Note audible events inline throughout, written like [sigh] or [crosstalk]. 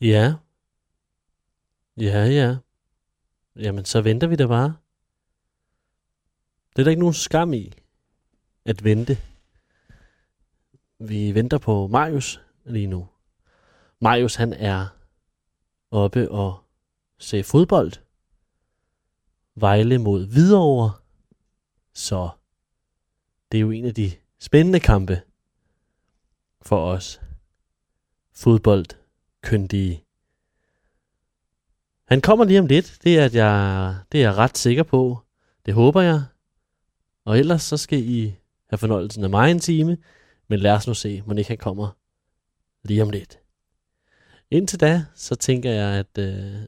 Ja. Ja, ja. Jamen, så venter vi da bare. Det er der ikke nogen skam i at vente. Vi venter på Marius lige nu. Marius, han er oppe og se fodbold. Vejle mod Hvidovre. Så det er jo en af de spændende kampe for os fodboldkyndige. Han kommer lige om lidt, det er, at jeg, det er jeg ret sikker på. Det håber jeg. Og ellers så skal I have fornøjelsen af mig en time, men lad os nu se, om ikke han kommer lige om lidt. Indtil da, så tænker jeg, at, øh,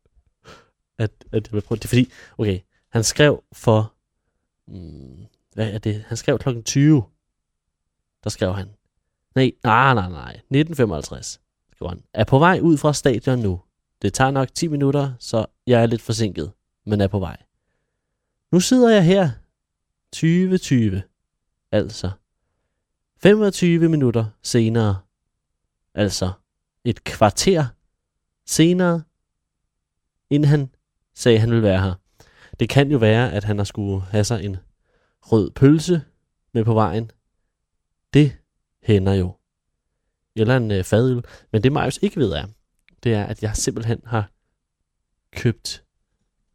[laughs] at, at jeg vil prøve det. er Fordi, okay, han skrev for, mm, hvad er det? Han skrev klokken 20. Der skrev han. Nej, nej, nej, nej. 1955, skrev han. Er på vej ud fra stadion nu. Det tager nok 10 minutter, så jeg er lidt forsinket, men er på vej. Nu sidder jeg her. 2020. Altså. 25 minutter senere. Altså et kvarter senere, inden han sagde, at han ville være her. Det kan jo være, at han har skulle have sig en rød pølse med på vejen. Det hænder jo. Eller en øh, fadøl. Men det Marius ikke ved er, det er, at jeg simpelthen har købt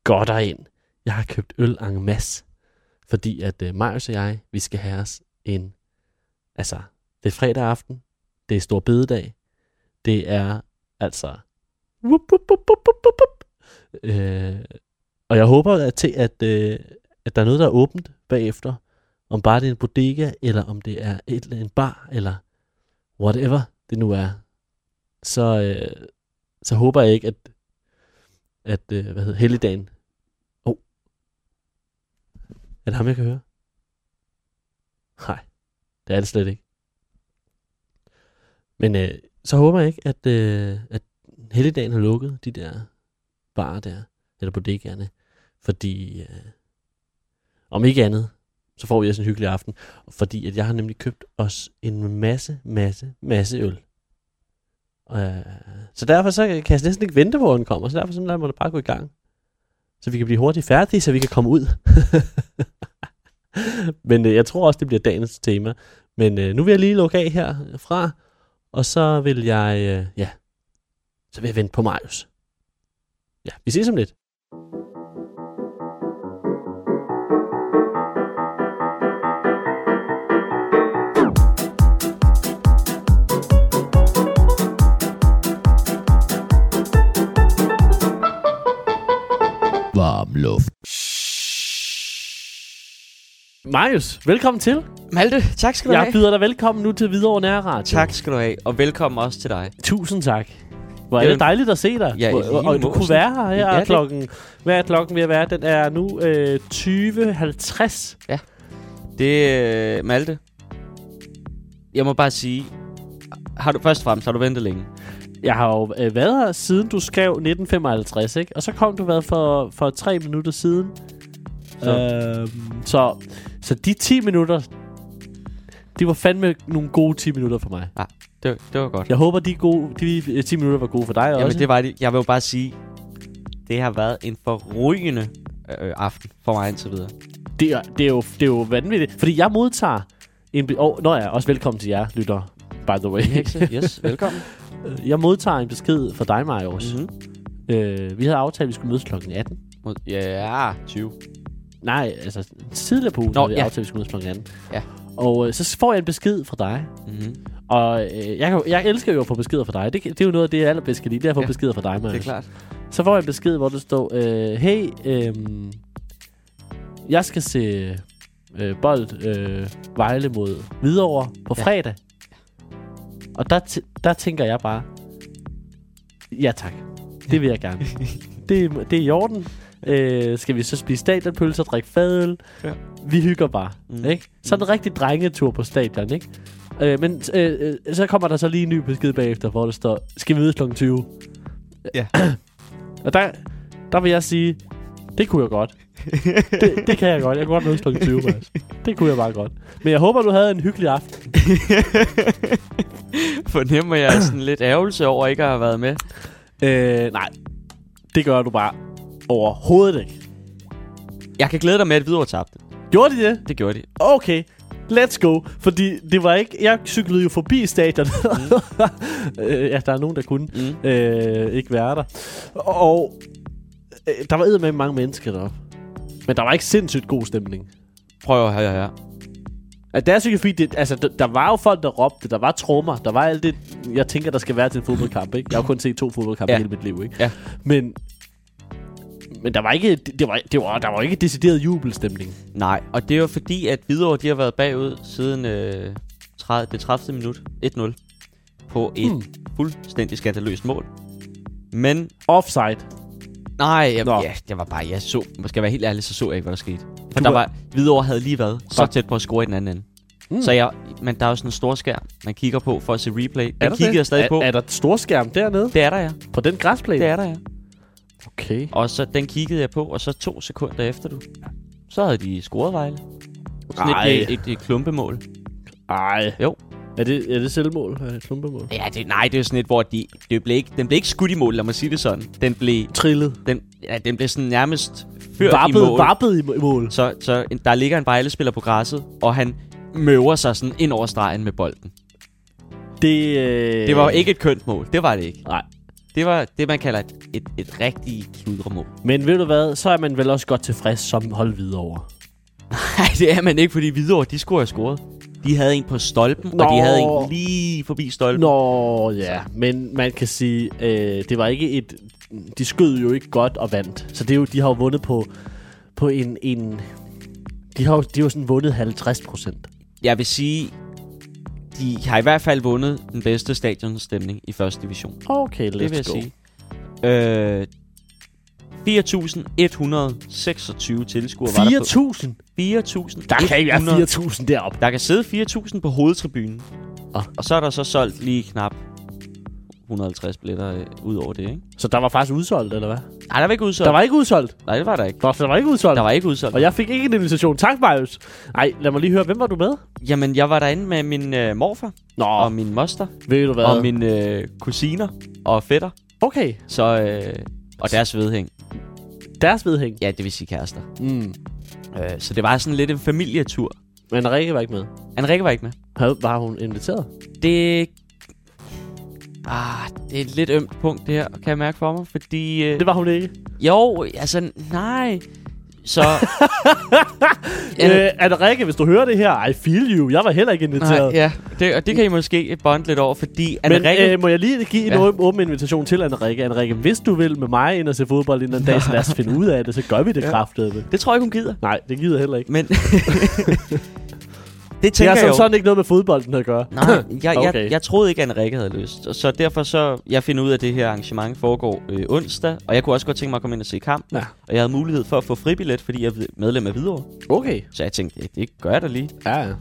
godter ind. Jeg har købt øl en masse. Fordi at øh, Marius og jeg, vi skal have os en... Altså, det er fredag aften. Det er stor bededag. Det er altså... Wup, wup, wup, wup, wup, wup, wup. Øh, og jeg håber at til, at, øh, at der er noget, der er åbent bagefter. Om bare det er en bodega, eller om det er et, eller en bar, eller whatever det nu er. Så, øh, så håber jeg ikke, at, at øh, hvad hedder, helligdagen... Oh. Er det ham, jeg kan høre? Nej, det er det slet ikke. Men øh, så håber jeg ikke, at, øh, at helligdagen har lukket de der barer der, eller bodegaerne, fordi øh, om ikke andet, så får vi også en hyggelig aften, fordi at jeg har nemlig købt os en masse, masse, masse øl. Og, øh, så derfor så kan jeg næsten ikke vente på, at den kommer, så derfor så lader jeg mig da bare gå i gang. Så vi kan blive hurtigt færdige, så vi kan komme ud. [laughs] Men øh, jeg tror også, det bliver dagens tema. Men øh, nu vil jeg lige lukke af herfra, og så vil jeg, øh, ja, så vil jeg vente på Marius. Ja, vi ses om lidt. Varm luft. Marius, velkommen til. Malte, tak skal du Jeg have. byder dig velkommen nu til Hvidovre Nær Radio. Tak skal du have, og velkommen også til dig. Tusind tak. Hvor er Jamen- det dejligt at se dig. Ja, i Hvor- lige og, og du måde. kunne være her her Ja, ja, det- klokken. Hvad er klokken ved at være? Den er nu øh, 20.50. Det øh, Malte. Jeg må bare sige, har du først og fremmest har du ventet længe? Jeg har jo øh, været her siden du skrev 1955, ikke? Og så kom du hvad for, for tre minutter siden. Så. Så. Øhm, så, så de 10 minutter, det var fandme nogle gode 10 minutter for mig. Det, det var godt. Jeg håber, de, gode, de øh, 10 minutter var gode for dig også. Jamen, det var det. Jeg vil jo bare sige, det har været en forrygende øh, aften for mig indtil videre. Det er, det, er jo, det er jo vanvittigt. Fordi jeg modtager en... Be- oh, nå ja, også velkommen til jer, lytter. By the way. [laughs] yes, velkommen. [laughs] jeg modtager en besked fra dig, Marius. Mhm. Mm-hmm. Øh, vi havde aftalt, at vi skulle mødes kl. 18. Mod- Ja, 20. Nej, altså tidligere på ugen Nå, havde vi ja. aftalt, at vi skulle mødes kl. 18. Ja. Og øh, så får jeg en besked fra dig. Mm-hmm. Og øh, jeg, kan, jo- jeg elsker jo at få beskeder fra dig. Det, kan- det er jo noget af det, jeg allerbedst kan lide. Det er at få ja, Ja, beskeder fra dig, Marius. Det er klart. [laughs] Så får jeg en besked, hvor der står, øh, hey, øh, jeg skal se øh, bold øh, Vejle mod Hvidovre på ja. Ja. fredag. Og der, tæ- der tænker jeg bare, ja tak, det vil jeg [laughs] gerne. det, er- det er i orden. Øh, skal vi så spise stadionpølser, drikke fadøl? Ja. Vi hygger bare, mm. Mm. ikke? Så en rigtig drengetur på stadion, ikke? Øh, men øh, øh, så kommer der så lige en ny besked bagefter, hvor der står, [clears throat] skal vi mødes kl. 20? Ja. Og der, der vil jeg sige, Det kunne jeg [laughs] godt. Det, det kan jeg godt. Jeg kunne godt mødes kl. 20, faktisk. Det kunne jeg bare godt. Men jeg håber, du havde en hyggelig aften. Fornemmer jeg sådan lidt ærgelse over ikke at have været med? Øh, nej. Det gør du bare overhovedet ikke. Jeg kan glæde dig med, at Hvidovre tabte. Gjorde de det? Det gjorde de. okay, let's go. Fordi det var ikke... Jeg cyklede jo forbi stadionet. [laughs] Mm. ja, der er nogen, der kunne Mm. øh, ikke være der. Og øh, der var med mange mennesker deroppe. Men der var ikke sindssygt god stemning. Prøv at høre her. Altså, det er sikkert fordi, det, altså, der, der var jo folk, der råbte, der var trommer, der var alt det, jeg tænker, der skal være til en fodboldkamp. Ikke? Jeg har jo kun set to fodboldkampe Ja. ja. hele mit liv. Ikke? Ja. Men, men der var ikke, det, det var, det var, der var ikke decideret jubelstemning. Nej, og det er jo fordi, at Hvidovre de har været bagud siden øh, 30, det 30. minut 1-0 på et Hmm. hmm. fuldstændig skandaløst mål. Men Offside. nej, jeg, Nå. ja, jeg var bare, jeg så, man skal være helt ærlig, så så jeg ikke, hvad der skete. For Du der var- var, Hvidovre havde lige været så Fuck. tæt på at score i den anden ende. Mm. Hmm. Så jeg, men der er jo sådan en stor skærm, man kigger på for at se replay. Den der kiggede det? jeg stadig er, på. Er der et storskærm dernede? det er der, ja. På den græsplæne? Det er der, ja. Okay. Og så den kiggede jeg på, og så to sekunder efter du, så havde de scoret Ej. Vejle. Sådan et, et, et, et klumpemål. Ej. Jo. Er det, er det selvmål? Er det klumpemål? Ja, det, nej, det er jo sådan et, hvor de, det blev ikke, den blev ikke skudt i mål, lad mig sige det sådan. Den blev, Trillet. den, ja, den blev sådan nærmest ført i Vappet, mål. vappet i må- i mål. Så, så en, der ligger en Vejle-spiller på græsset, og han møver sig sådan ind over stregen med bolden. Det, øh... Det var jo ikke et kønt mål, det var det ikke. Nej. Det var det, man kalder et, et, et rigtigt kludremål. Men ved du hvad, så er man vel også godt tilfreds som hold videre over. [laughs] Nej, det er man ikke, fordi Hvidovre, de skulle have scoret. De havde en på stolpen, Nå. og de Nå. havde en lige forbi stolpen. Nå, ja. Men man kan sige, øh, det var ikke et... De skød jo ikke godt og vandt. Så det er jo, de har jo vundet på, på en... en de har, jo, de har jo sådan vundet 50 procent. Jeg vil sige, de har i hvert fald vundet den bedste stadionstemning i første division. Okay, let's det vil go. jeg sige. Øh, 4.126 tilskuere var der på. 4.000? 4.000. Der kan ikke være 4.000 deroppe. Der kan sidde 4.000 på hovedtribunen. Ah. Og så er der så solgt lige knap 150 billetter øh, ud over det, ikke? Så der var faktisk udsolgt, eller hvad? Nej, der var ikke udsolgt. Der var ikke udsolgt. Nej, det var der ikke. Der, der var ikke udsolgt. Der var ikke udsolgt. Og jeg fik ikke en invitation. Tak, Marius. Ej, lad mig lige høre, hvem var du med? Jamen, jeg var derinde med min øh, morfar Nå, og Om, min moster ved du hvad? og mine øh, kusiner og fætter. Okay, Så, øh, og deres vedhæng. deres vedhæng. Ja, det vil sige kærester. Mm. Øh, så det var sådan lidt en familietur. Men Rikke var ikke med. Anrikke var ikke med. Havde, var hun inviteret? Det... Ah, det er et lidt ømt punkt, det her, kan jeg mærke for mig, fordi... Øh, Det var hun ikke. Jo, altså, nej. Så... [laughs] Ja. ja, Øh, Anne Rikke, hvis du hører det her, I feel you. Jeg var heller ikke inviteret. nej, ja. Det, og det kan I måske bonde lidt over, fordi Men Anrikke... øh, må jeg lige give en Ja. ja. åben invitation til Anne Rikke. Anne Rikke, hvis du vil med mig ind og se fodbold en eller anden dag, så lad [laughs] os finde ud af det, så gør vi det Ja. ja. kraftedeme. det tror jeg ikke, hun gider. Nej, [laughs] det gider jeg heller ikke. Men... det Det tænker har jeg som jo. sådan ikke noget med fodbolden at gøre. [laughs] Nej, [coughs] jeg, okay. jeg, Okay. jeg troede ikke, at Rikke havde lyst. Og Så derfor så, jeg finder ud af, at det her arrangement foregår øh, onsdag. Og jeg kunne også godt tænke mig at komme ind og se kampen. Ja. Og jeg havde mulighed for at få fribillet, fordi jeg er medlem af Hvidovre. Okay. Så jeg tænkte, ja, det gør jeg da lige. Ja, ja.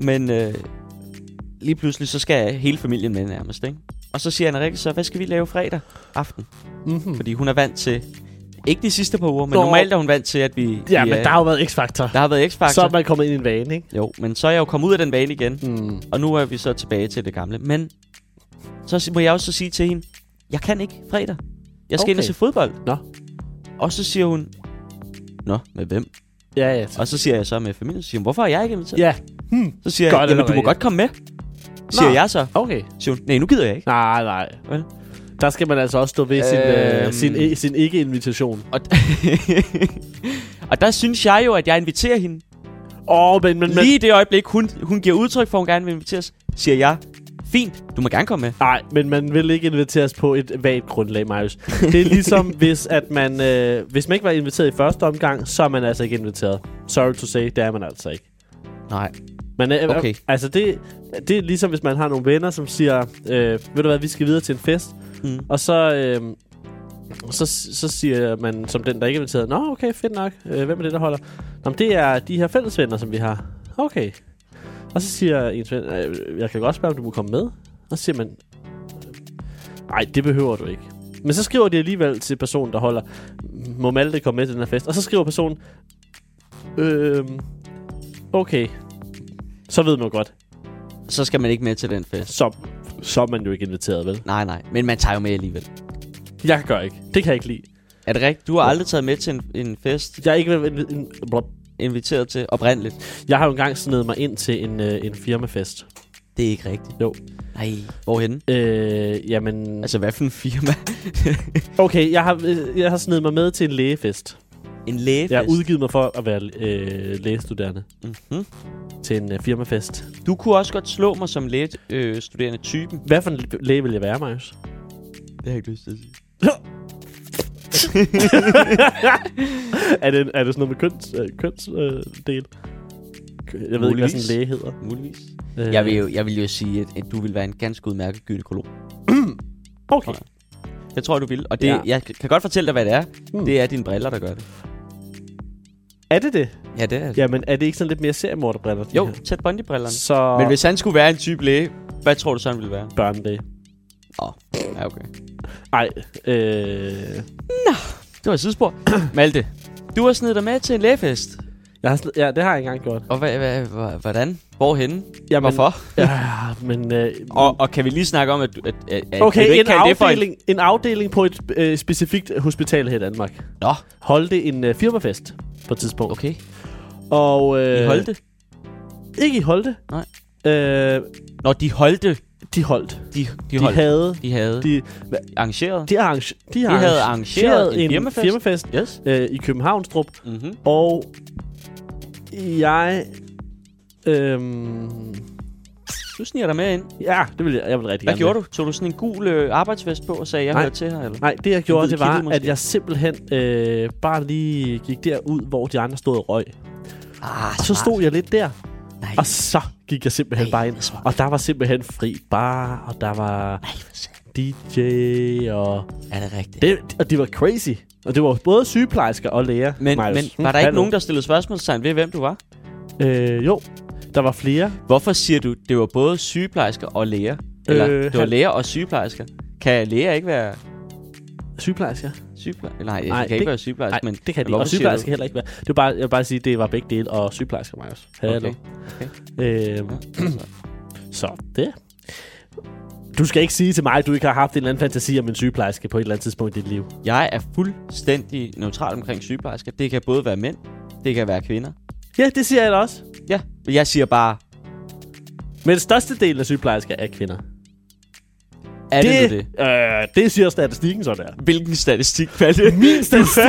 Men øh, lige pludselig, så skal hele familien med nærmest, ikke? Og så siger Anne Rikke så, hvad skal vi lave fredag aften? Mm-hmm. Fordi hun er vant til, ikke de sidste par uger, men Nå. Nå. normalt er hun vant til, at vi... Ja, vi, men øh, der har jo været X-Factor. der har været X-Factor. Så er man kommet ind i en vane, ikke? Jo, men så er jeg jo kommet ud af den vane igen. Mm. Og nu er vi så tilbage til det gamle. Men så si- må jeg også så sige til hende, jeg kan ikke fredag. Jeg skal okay. ind og Okay. se fodbold. Nå. Og så siger hun, Nå, med hvem? Ja, ja. Og så siger jeg så med familien, så siger hun, hvorfor er jeg ikke inviteret? Ja. Hmm. Så siger jeg, Godt jamen du må allerede. godt komme med, siger Nå. jeg så. Okay. Siger hun, nej, nu gider jeg ikke. [laughs] Nej, nej. Vel? Der skal man altså også stå ved sin, Øhm. øh, sin, i- sin ikke-invitation. Og, og der synes jeg jo, at jeg inviterer hende. Åh, oh, men, men, Men, men, Lige i det øjeblik, hun, hun giver udtryk for, at hun gerne vil inviteres, siger jeg, fint, du må gerne komme med. nej, men man vil ikke inviteres på et vagt grundlag, Marius. Det er ligesom, hvis, at man, øh, hvis man ikke var inviteret i første omgang, så er man altså ikke inviteret. Sorry to say, det er man altså ikke. Nej. Man er, Okay. okay. Altså, det, det er ligesom, hvis man har nogle venner, som siger, øh, ved du hvad, vi skal videre til en fest. Mm. Og så, øh, så, så siger man som den, der ikke er inviteret, Nå, okay, fedt nok. Øh, hvem er det, der holder? Nå, men det er de her fællesvenner, som vi har. Okay. Og så siger ens ven, øh, jeg kan godt spørge, om du må komme med. Og så siger man, nej, det behøver du ikke. Men så skriver de alligevel til personen, der holder, "Mm, må Malte komme med til den her fest? Og så skriver personen, øhm, okay, så ved man godt, Så skal man ikke med til den fest. så, så er man jo ikke inviteret, vel? Nej, nej. Men man tager jo med alligevel. Jeg gør ikke. Det kan jeg ikke lide. Er det rigtigt? Du har aldrig taget med til en, en fest, Jeg er ikke en, en, en, blop. inviteret til oprindeligt. jeg har jo engang snedet mig ind til en, øh, en firmafest. Det er ikke rigtigt. Jo. Nej. Hvorhenne? Øh, jamen, Altså, hvad for en firma? okay, jeg har, øh, jeg har snedet mig med til en lægefest. en lægefest? Jeg har udgivet mig for at være øh, lægestuderende mm-hmm. til en øh, firmafest. Du kunne også godt slå mig som lægestuderende øh, studerende typen. Hvad for en læ- læge vil jeg være, Marius? [laughs] Det har jeg ikke lyst til at sige. er, det, er det sådan noget med køns, øh, kønsdel? Øh, del? jeg ved ikke, hvad sådan Muligvis. en læge hedder. Muligvis. Øh, Jeg vil jo, jeg vil jo sige, at, at du vil være en ganske udmærket gynekolog. Okay. Jeg tror, du vil. Og det, Ja. ja. jeg kan godt fortælle dig, hvad det er. Mm. Mm. Det er dine briller, der gør det. Er det det? Ja, det er altså- det. Jamen, er det ikke sådan lidt mere seriemorderbriller? de Jo, her? tæt Bundy-brillerne. Så... Men hvis han skulle være en type læge, hvad tror du så, han ville være? Børnelæge. Ja, okay. Ej, øh... Det var et sidespor. [clears throat] Malte, du har snedet dig med til en lægefest. Jeg har, slet- ja, det har jeg engang gjort. Og hvad, hvad, hva- hvordan? Hvorhenne? Jamen, Hvorfor? Ja, men... Øh, Og, og kan vi lige snakke om, at, du- at, at, at okay, kan du en ikke kalde det for en... afdeling, en afdeling på et øh, specifikt hospital her i Danmark. Nå, Holdte en øh, firmafest på et tidspunkt. okay. Og, øh, De holdte? Ikke i Holte. Nej. Øh, Nå, de holdte. de holdt. De, De, de, holdt. havde... de havde De, arrangeret. de, arrange, de, De havde arrangeret en, en firmafest. firmafest Yes. øh, i Københavnstrup. Mm-hmm. Og jeg... Øhm, Du sniger dig med ind. ja, det vil jeg, jeg vil rigtig Hvad gerne. gjorde du? Tog du sådan en gul øh, arbejdsvest på og sagde, jeg Nej. hører til her? Eller? Nej, det jeg gjorde, hvid det kittel var, måske? at jeg simpelthen øh, bare lige gik derud, hvor de andre stod og røg. Ah, Og så stod jeg lidt der, Nej, og så gik jeg simpelthen Ej, bare hvor ind. smart. Og der var simpelthen fri bar, og der var nej, hvor sandt. DJ, og Er det rigtigt? det, og det var crazy. Og det var både sygeplejersker og læger. Men, Marius. men var der ikke Hallo. nogen, der stillede spørgsmålstegn ved, hvem du var? Øh, jo, der var flere. Hvorfor siger du, det var både sygeplejersker og læger? Eller, Øh, øh, det var han- læger og sygeplejersker. Kan læger ikke være Sygeplejersker? sygeplejersker? Nej, Nej, nej, kan det- ikke være sygeplejersker, Nej, men... men det kan de hvorfor ikke. Og siger sygeplejersker heller ikke være. Det var bare, jeg vil bare sige, det var begge dele, og sygeplejersker mig også. Hallo. Okay. Øhm, Ja, altså. Så det. Du skal ikke sige til mig, at du ikke har haft en eller anden fantasi om en sygeplejerske på et eller andet tidspunkt i dit liv. Jeg er fuldstændig neutral omkring sygeplejersker. Det kan både være mænd, det kan være kvinder. Ja, det siger jeg da også. Ja, men jeg siger bare, Men størstedelen af sygeplejersker er kvinder. er det, det, nu det? Øh, det siger statistikken så der. Hvilken statistik var [laughs] det? Min statistik.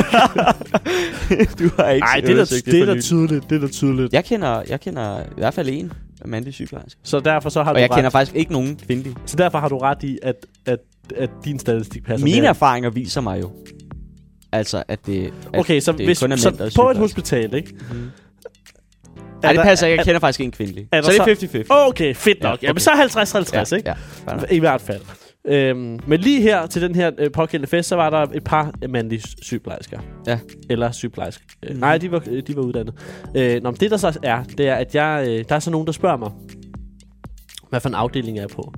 [laughs] du har ikke Nej, det er da undersøgt det er for da nylig. tydeligt. Det er da tydeligt. Ja. Jeg kender, jeg kender i hvert fald en mandlig sygeplejerske. Så derfor så har Og du jeg ret. kender faktisk ikke nogen kvindelige. Så derfor har du ret i, at, at, at din statistik passer. Mine mere. erfaringer viser mig jo, altså at det, at Okay, så, det hvis, kun er mænd, så der er på et sygeplejersker. hospital, ikke? Mhm. Er Nej, det der- passer ikke. er- Jeg kender faktisk en kvindelig. er der Så altså, det er så- 50-50. Okay, fedt Ja, nok. Ja, okay. Jamen okay. så 50-50, ikke? ja. fair nok. I hvert fald. Øhm, men lige her til den her øh, pågældende fest, så var der et par øh, mandlige sy- sygeplejersker. Ja. Eller sygeplejersker. Øh, Mhm. nej, de var, øh, de var uddannet. Øh, nå, men det der så er, det er, at jeg, øh, der er så nogen, der spørger mig, hvad for en afdeling er jeg på.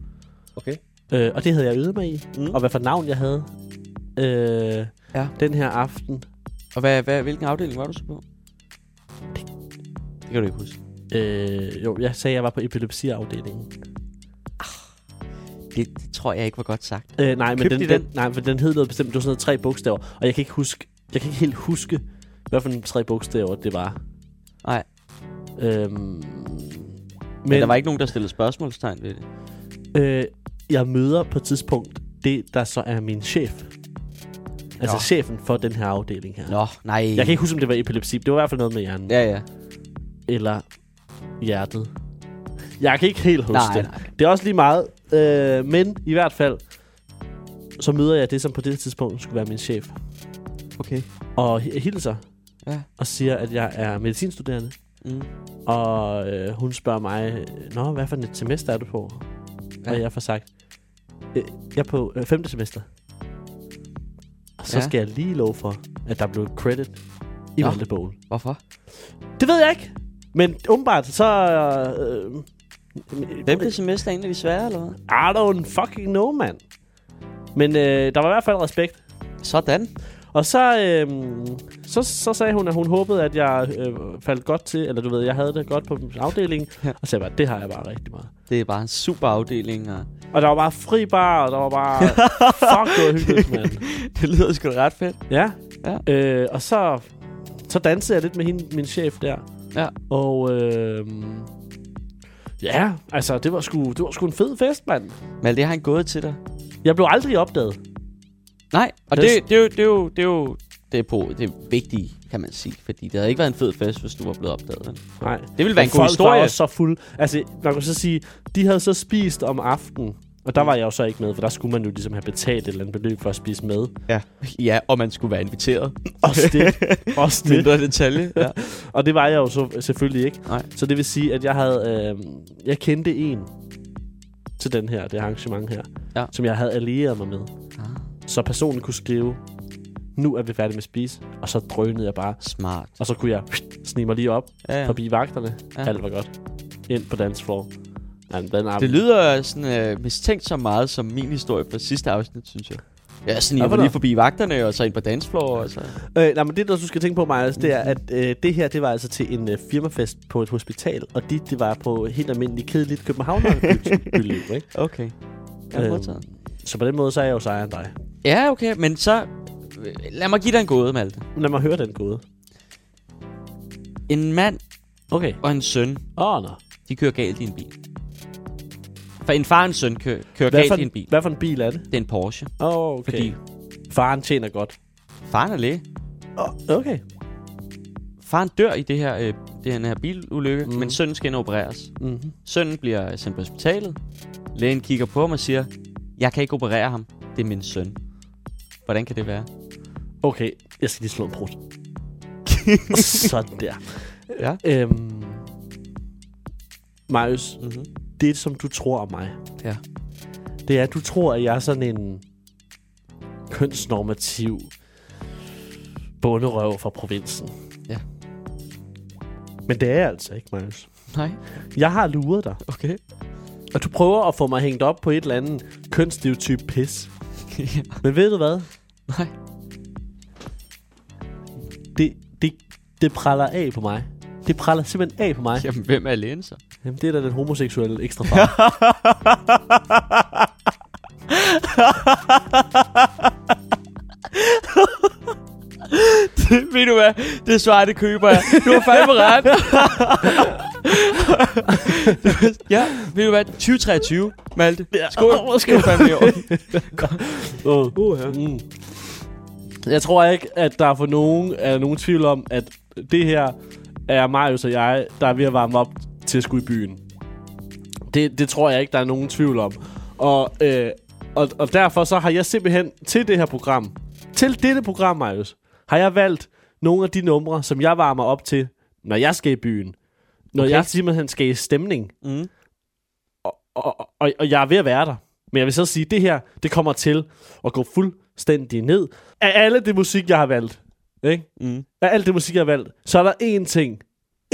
Okay. Øh, og det havde jeg øvet mig i. Mm. Og hvad for et navn jeg havde øh, Ja. den her aften. Og hvad, hvad, hvilken afdeling var du så på? Det kan du ikke huske. Øh, jo, jeg sagde, at jeg var på epilepsiafdelingen. Det, det tror jeg ikke var godt sagt. Øh, nej, men Købte den, I den? den? den, nej, for den hed noget bestemt. Det var sådan noget tre bogstaver. Og jeg kan ikke huske, jeg kan ikke helt huske, hvad for nogle tre bogstaver det var. Nej. Øhm, men, Men, Men der var ikke nogen, der stillede spørgsmålstegn ved det. øh, jeg møder på et tidspunkt det, der så er min chef. Altså Nå. chefen for den her afdeling her. Nå, nej. Jeg kan ikke huske, om det var epilepsi. Det var i hvert fald noget med hjernen. Ja, ja. Eller hjertet. Jeg kan ikke helt huske Nej, det. nej. Det er også lige meget. Øh, men i hvert fald, så møder jeg det, som på det tidspunkt skulle være min chef. Okay. og hi- hilser Ja. og siger, at jeg er medicinstuderende. Mm. Og øh, hun spørger mig, Nå, hvad for et semester er du på? Ja. Ja. Og jeg får sagt, "Øh, jeg er på øh, femte semester. Og så ja. Ja. skal jeg lige love for, at der blev credit i Nå. Valdebogen. Hvorfor? Det ved jeg ikke. Men åbenbart, så... Øh, Hvem det semester er egentlig svære, eller hvad? I don't fucking know, mand. Men øh, der var i hvert fald respekt. Sådan. Og så, øhm, så, så sagde hun, at hun håbede, at jeg øh, faldt godt til, eller du ved, jeg havde det godt på min afdeling. Ja. Og så sagde jeg bare, det har jeg bare rigtig meget. Det er bare en super afdeling, og Og der var bare fri bar, og der var bare... [laughs] fuck, det var hyggeligt, mand. det lyder sgu da ret fedt. Ja. Ja. Øh, og så, så dansede jeg lidt med hende, min chef der. Ja. Og øh, ja, altså det var, sgu, det var sgu en fed fest, mand. Men det har han gået til dig. Jeg blev aldrig opdaget. Nej, og Det det, er det, er jo, det, er jo, det er jo det er på det er vigtigt, kan man sige. Fordi det havde ikke været en fed fest, hvis du var blevet opdaget. vel? Nej. Det ville være en Men folk god var historie. også så fuld. Altså, man kunne så sige, de havde så spist om aftenen. Og der var jeg jo så ikke med, for der skulle man jo ligesom have betalt et eller andet beløb for at spise [laughs] med. Ja. ja, og man skulle være [laughs] inviteret. Også det. Også det. Mindre detalje. Ja. Og det var jeg jo så selvfølgelig ikke. Nej. Så det vil sige, at jeg havde, øh, jeg kendte en til den her, det arrangement her, Ja. som jeg havde allieret mig med. Ah, Så personen kunne skrive, nu er vi færdige med at spise, og så drønede jeg bare. smart. Og så kunne jeg snige mig lige op Ja, ja. ja. forbi vagterne. Ja. Ja. Alt var godt. Ind på dancefloor. Jamen, den er... Det lyder sådan øh, mistænkt så meget som min historie fra sidste afsnit, synes jeg. Ja, sådan Hvad for jeg var lige noget? forbi vagterne, og så ind på dancefloor, og så... Øh, nej, men det, der du skal tænke på, Majas, det er, at øh, det her, det var altså til en øh, firmafest på et hospital, og dit, det var på helt almindeligt kedeligt [laughs] københavnerbyliv, ikke? Okay. Øhm. Jeg øhm. Så på den måde, så er jeg jo sejere end dig. Ja, okay, men så... øh, Lad mig give dig en gåde, Malte. Lad mig høre den gåde. En mand Okay. og en søn, Åh, oh, nå. de kører galt i en bil. For en far og en søn kører, kører Hvad for, galt i en, en bil. hvad for en bil er det? Det er en Porsche, Åh, oh, okay. fordi Fordi faren tjener godt. faren er læge. Oh, okay. Faren dør i det her, øh, det her, den her bilulykke, Mm. mm. men sønnen skal ind og opereres. Mm-hmm. Sønnen bliver sendt på hospitalet. Lægen kigger på ham og siger, jeg kan ikke operere ham. Det er min søn. Hvordan [laughs] kan det være? Okay, jeg skal lige slå en [laughs] brud. Sådan der. Ja. Øhm, Marius, Mm-hmm. det som du tror om mig, Ja. det er, at du tror, at jeg er sådan en kønsnormativ bonderøv fra provinsen. Ja. Men det er jeg altså ikke, Marius. Nej. Jeg har luret dig. Okay. Og du prøver at få mig hængt op på et eller andet kønsstereotyp [laughs] pis. Men ved du hvad? Nej. Det, det, det praller af på mig. Det praller simpelthen af på mig. Jamen, hvem er lægen så? Jamen, det er da den homoseksuelle ekstra [laughs] far. [laughs] Ved du hvad? Det svarer, det køber jeg. Du har fandme [laughs] ret. ja, ved du hvad? 2023, Malte. Skål. Skål fandme i år. Åh. Mm. Jeg tror ikke, at der for nogen er nogen tvivl om, at det her er Marius og jeg, der er ved at varme op til at skulle i byen. Det, det tror jeg ikke, der er nogen tvivl om. Og, øh, og, og derfor så har jeg simpelthen til det her program, til dette program, Marius, har jeg valgt nogle af de numre, som jeg varmer op til, når jeg skal i byen. Når okay. Okay. jeg simpelthen skal i stemning. Mm. og, og, og jeg er ved at være der. Men jeg vil så sige, at det her, det kommer til at gå fuldstændig ned. Af alle det musik, jeg har valgt, ikke? Mm. af alt det musik, jeg har valgt, så er der én ting,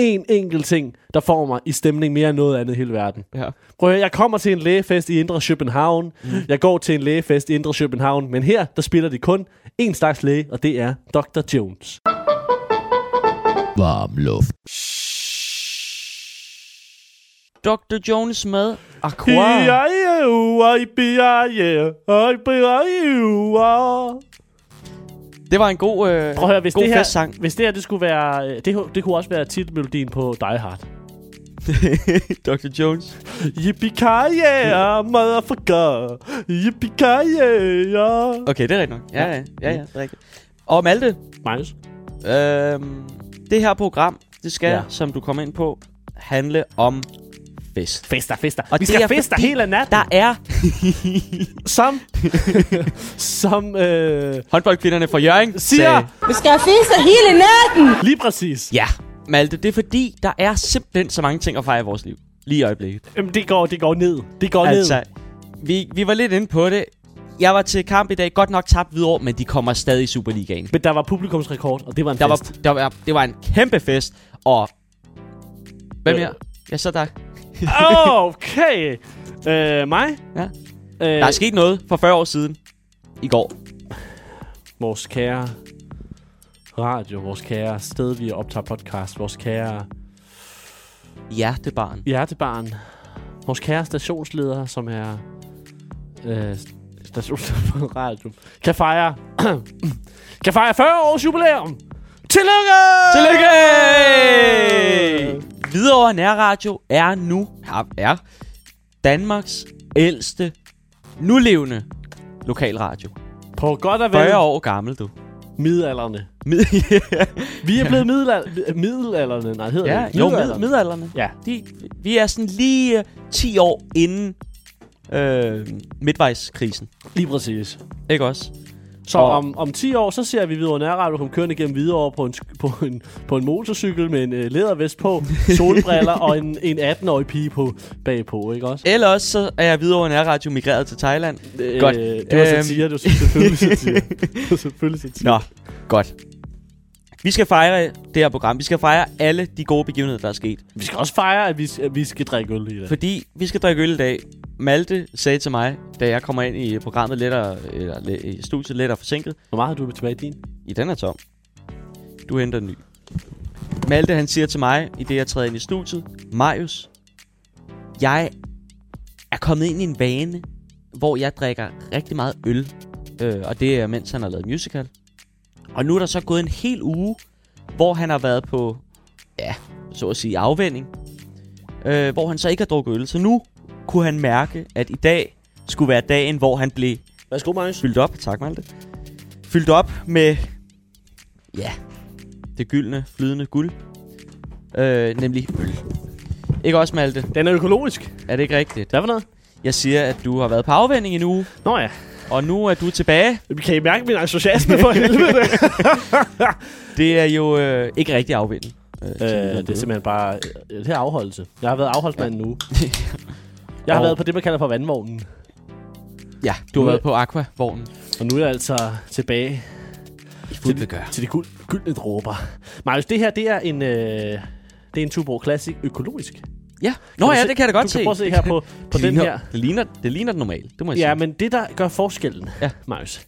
én enkelt ting, der får mig i stemning mere end noget andet i hele verden. [laughs] Ja. Prøv at høre, jeg kommer til en lægefest i Indre København. Mm. Jeg går til en lægefest i Indre København. Men her, der spiller de kun én slags læge, og det er Dr. Jones. Varm luft. Dr. Jones med Aqua. Ja. Wow. Det var en god, øh, Prøv at høre, hvis god det her, festsang. hvis det her det skulle være, øh, det, det kunne også være titelmelodien på Die Hard. Dr. Jones. Yippee-ki-yay, motherfucker. Yippee-ki-yay. Okay, det er rigtigt nok. Ja, ja, ja, ja det er rigtigt. Og Malte, Magnus, Øhm, det her program, det skal, Ja. ja. som du kom ind på, handle om fest. fester, fester. Og Og vi det skal er fester fordi, hele natten. Der er Som, [laughs] som øh, håndboldkvinderne fra Jørgen siger, sagde- Vi skal have fester hele natten! lige præcis. Ja, Malte, det er fordi, der er simpelthen så mange ting at fejre i vores liv. Lige i øjeblikket. Jamen, det går, det går ned. Det går ned. Altså, vi, vi var lidt inde på det. Jeg var til kamp i dag, godt nok tabt videre, men de kommer stadig i Superligaen. Men der var publikumsrekord, og det var en Der var, fest. [laughs] der var, det var en kæmpe fest, og... Hvem Øh. Øh. mere? Ja, så der. okay. Øh, mig? Ja. Øh, Der er sket noget for 40 år siden. I går. vores kære radio, vores kære sted, vi optager podcast, vores kære Hjertebarn. hjertebarn, vores kære stationsleder, som er øh, stationsleder på radio, kan fejre, [clears throat] kan fejre 40 års jubilæum. Tillykke! Tillykke! Hvidovre Nærradio er nu ja, er Danmarks ældste nulevende lokalradio. På godt og 40 vel år gammel, du. midalderne. Mid- Vi er [laughs] blevet middelalder, middelalderne, nej, hedder ja, det? jo, mid- Middelalderen. midalderne. Ja, De, vi er sådan lige øh, 10 år inden øh, midtvejskrisen. lige præcis. Ikke også? Så Og- om, om 10 år, så ser vi Hvidovre Nærradio komme kørende gennem Hvidovre på en, sk- på en, på en motorcykel med en øh, lædervest [laughs] på, solbriller og en, en 18-årig pige på, bagpå, ikke også? Eller også så er jeg Hvidovre Nærradio migreret til Thailand. Øh, Godt. Det var Øhm. satire, det var [laughs] selvfølgelig satire. Det var selvfølgelig satire. Nå, godt. Vi skal fejre det her program. Vi skal fejre alle de gode begivenheder, der er sket. Vi skal også fejre, at vi, at vi skal drikke øl i dag. Fordi vi skal drikke øl i dag. Malte sagde til mig, da jeg kommer ind i programmet lidt og, eller, le- i studiet lidt og forsinket, Hvor meget har du tilbage i din? i den er tom. Du henter en ny. Malte han siger til mig, i det jeg træder ind i studiet, Marius, jeg er kommet ind i en vane, hvor jeg drikker rigtig meget øl. Øh, og det er mens han har lavet musical. Og nu er der så gået en hel uge, hvor han har været på, ja, så at sige afvending. Øh, hvor han så ikke har drukket øl. Så nu kunne han mærke, at i dag skulle være dagen, hvor han blev Værsgo, Magnus. fyldt op, tak Malte, fyldt op med, ja, det gyldne, flydende guld, øh, nemlig øl. Ikke også, Malte? Den er økologisk. Er det ikke rigtigt? Hvad for noget? Jeg siger, at du har været på afvænding en uge, Nå ja. og nu er du tilbage. Kan I mærke min entusiasme [laughs] for helvede? Det er jo øh, ikke rigtig afvænding. Øh, til Øh, lytterne det er derude. simpelthen bare... øh, Det er afholdelse. Jeg har været afholdsmand [laughs] nu. Jeg har Og- været på det, man kalder for vandvognen. ja, du har Nu er- været på Aqua-vognen. Og nu er jeg altså tilbage I til, fuld de, begør. til de guld, gyldne dråber. Marius, det her, det er en... Øh, det er en Tuborg Classic økologisk. Kan Ja, Nå du ja, se- det kan jeg da godt du se. Kan prøve at se her på, [laughs] på det den ligner, her. Det ligner, det ligner det normale, det må jeg Ja, sige. men det, der gør forskellen, Ja. ja. Marius,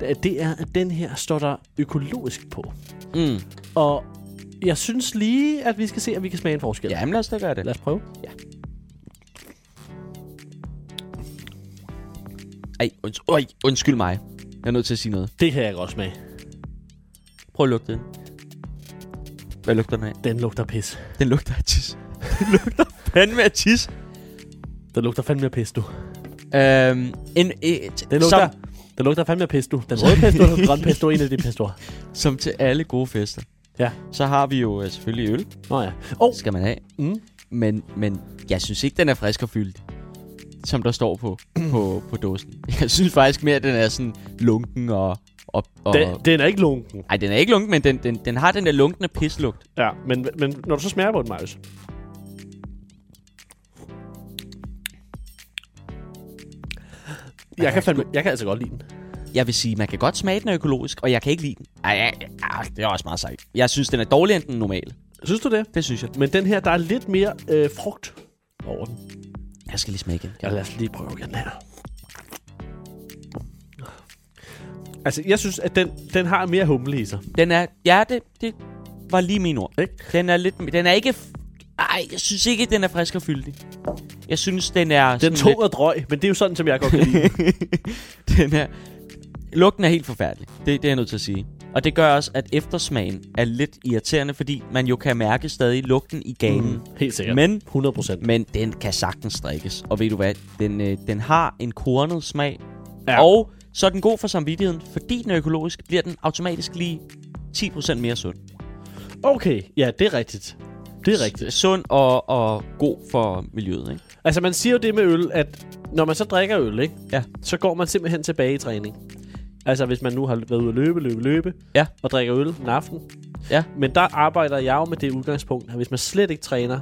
det- det er, at den her står der økologisk på. Mm. Og jeg synes lige, at vi skal se, om vi kan smage en forskel. Jamen lad os da gøre det. Lad os prøve. Ej, unds- øj, undskyld mig. Jeg er nødt til at sige noget. Det kan jeg godt smage. Prøv at lugte den. Hvad lugter den af? Den lugter pis. Den lugter af tis. [laughs] den lugter fandme af tis. Den lugter fandme af pis, du. Øhm, en, et, Den lugter, Som, den lugter fandme af pesto. Den røde pesto og den grønne pesto er en af de pestoer. som til alle gode fester. Ja. Så har vi jo øh, selvfølgelig øl. Nå ja. Åh, oh, Skal man have. mm, Men, men jeg synes ikke, den er frisk og fyldt. Som der står på, [clears throat] på, på dåsen. Jeg synes faktisk mere, at den er sådan lunken og... og, og den, den er ikke lunken. Ej, den er ikke lunken, men den, den, den har den der lunkende pislugt. Ja, men, men når du så smager på den, Marius. Jeg kan, fandme, jeg kan altså godt lide den. Jeg vil sige, man kan godt smage den er økologisk, og jeg kan ikke lide den. Ej, ej, ej, det er også meget sejt. Jeg synes, den er dårligere end den normale. Synes du det? Det synes jeg. Men den her, der er lidt mere øh, frugt over den. Jeg skal lige smage igen. Ja, lad os lige prøve igen her. Altså, jeg synes, at den, den har mere humle i sig. Den er... Ja, det, det var lige min ord. Ikke? Den er lidt... Den er ikke... f- Ej, jeg synes ikke, den er frisk og fyldig. Jeg synes, den er... Den sådan er tung og drøg, men det er jo sådan, som jeg godt kan lide. lidt- den er... Lugten er helt forfærdelig. Det, det er jeg nødt til at sige. Og det gør også, at eftersmagen er lidt irriterende, fordi man jo kan mærke stadig lugten i ganen. [laughs] Mm. Helt sikkert. Men- 100 procent. Men den kan sagtens drikkes. Og ved du hvad? Den, øh, den har en kornet smag. Ja. Ja. Og så er den god for samvittigheden. Fordi den er økologisk, bliver den automatisk lige 10% mere sund. Okay, ja, det er rigtigt. Det er rigtigt. Sund og, og god for miljøet, ikke? Altså, man siger jo det med øl, at når man så drikker øl, ikke? Ja. så går man simpelthen tilbage i træning. Altså, hvis man nu har været ude at løbe, løbe, løbe, Ja. og drikker øl en aften. Ja. Men der arbejder jeg jo med det udgangspunkt, at hvis man slet ikke træner,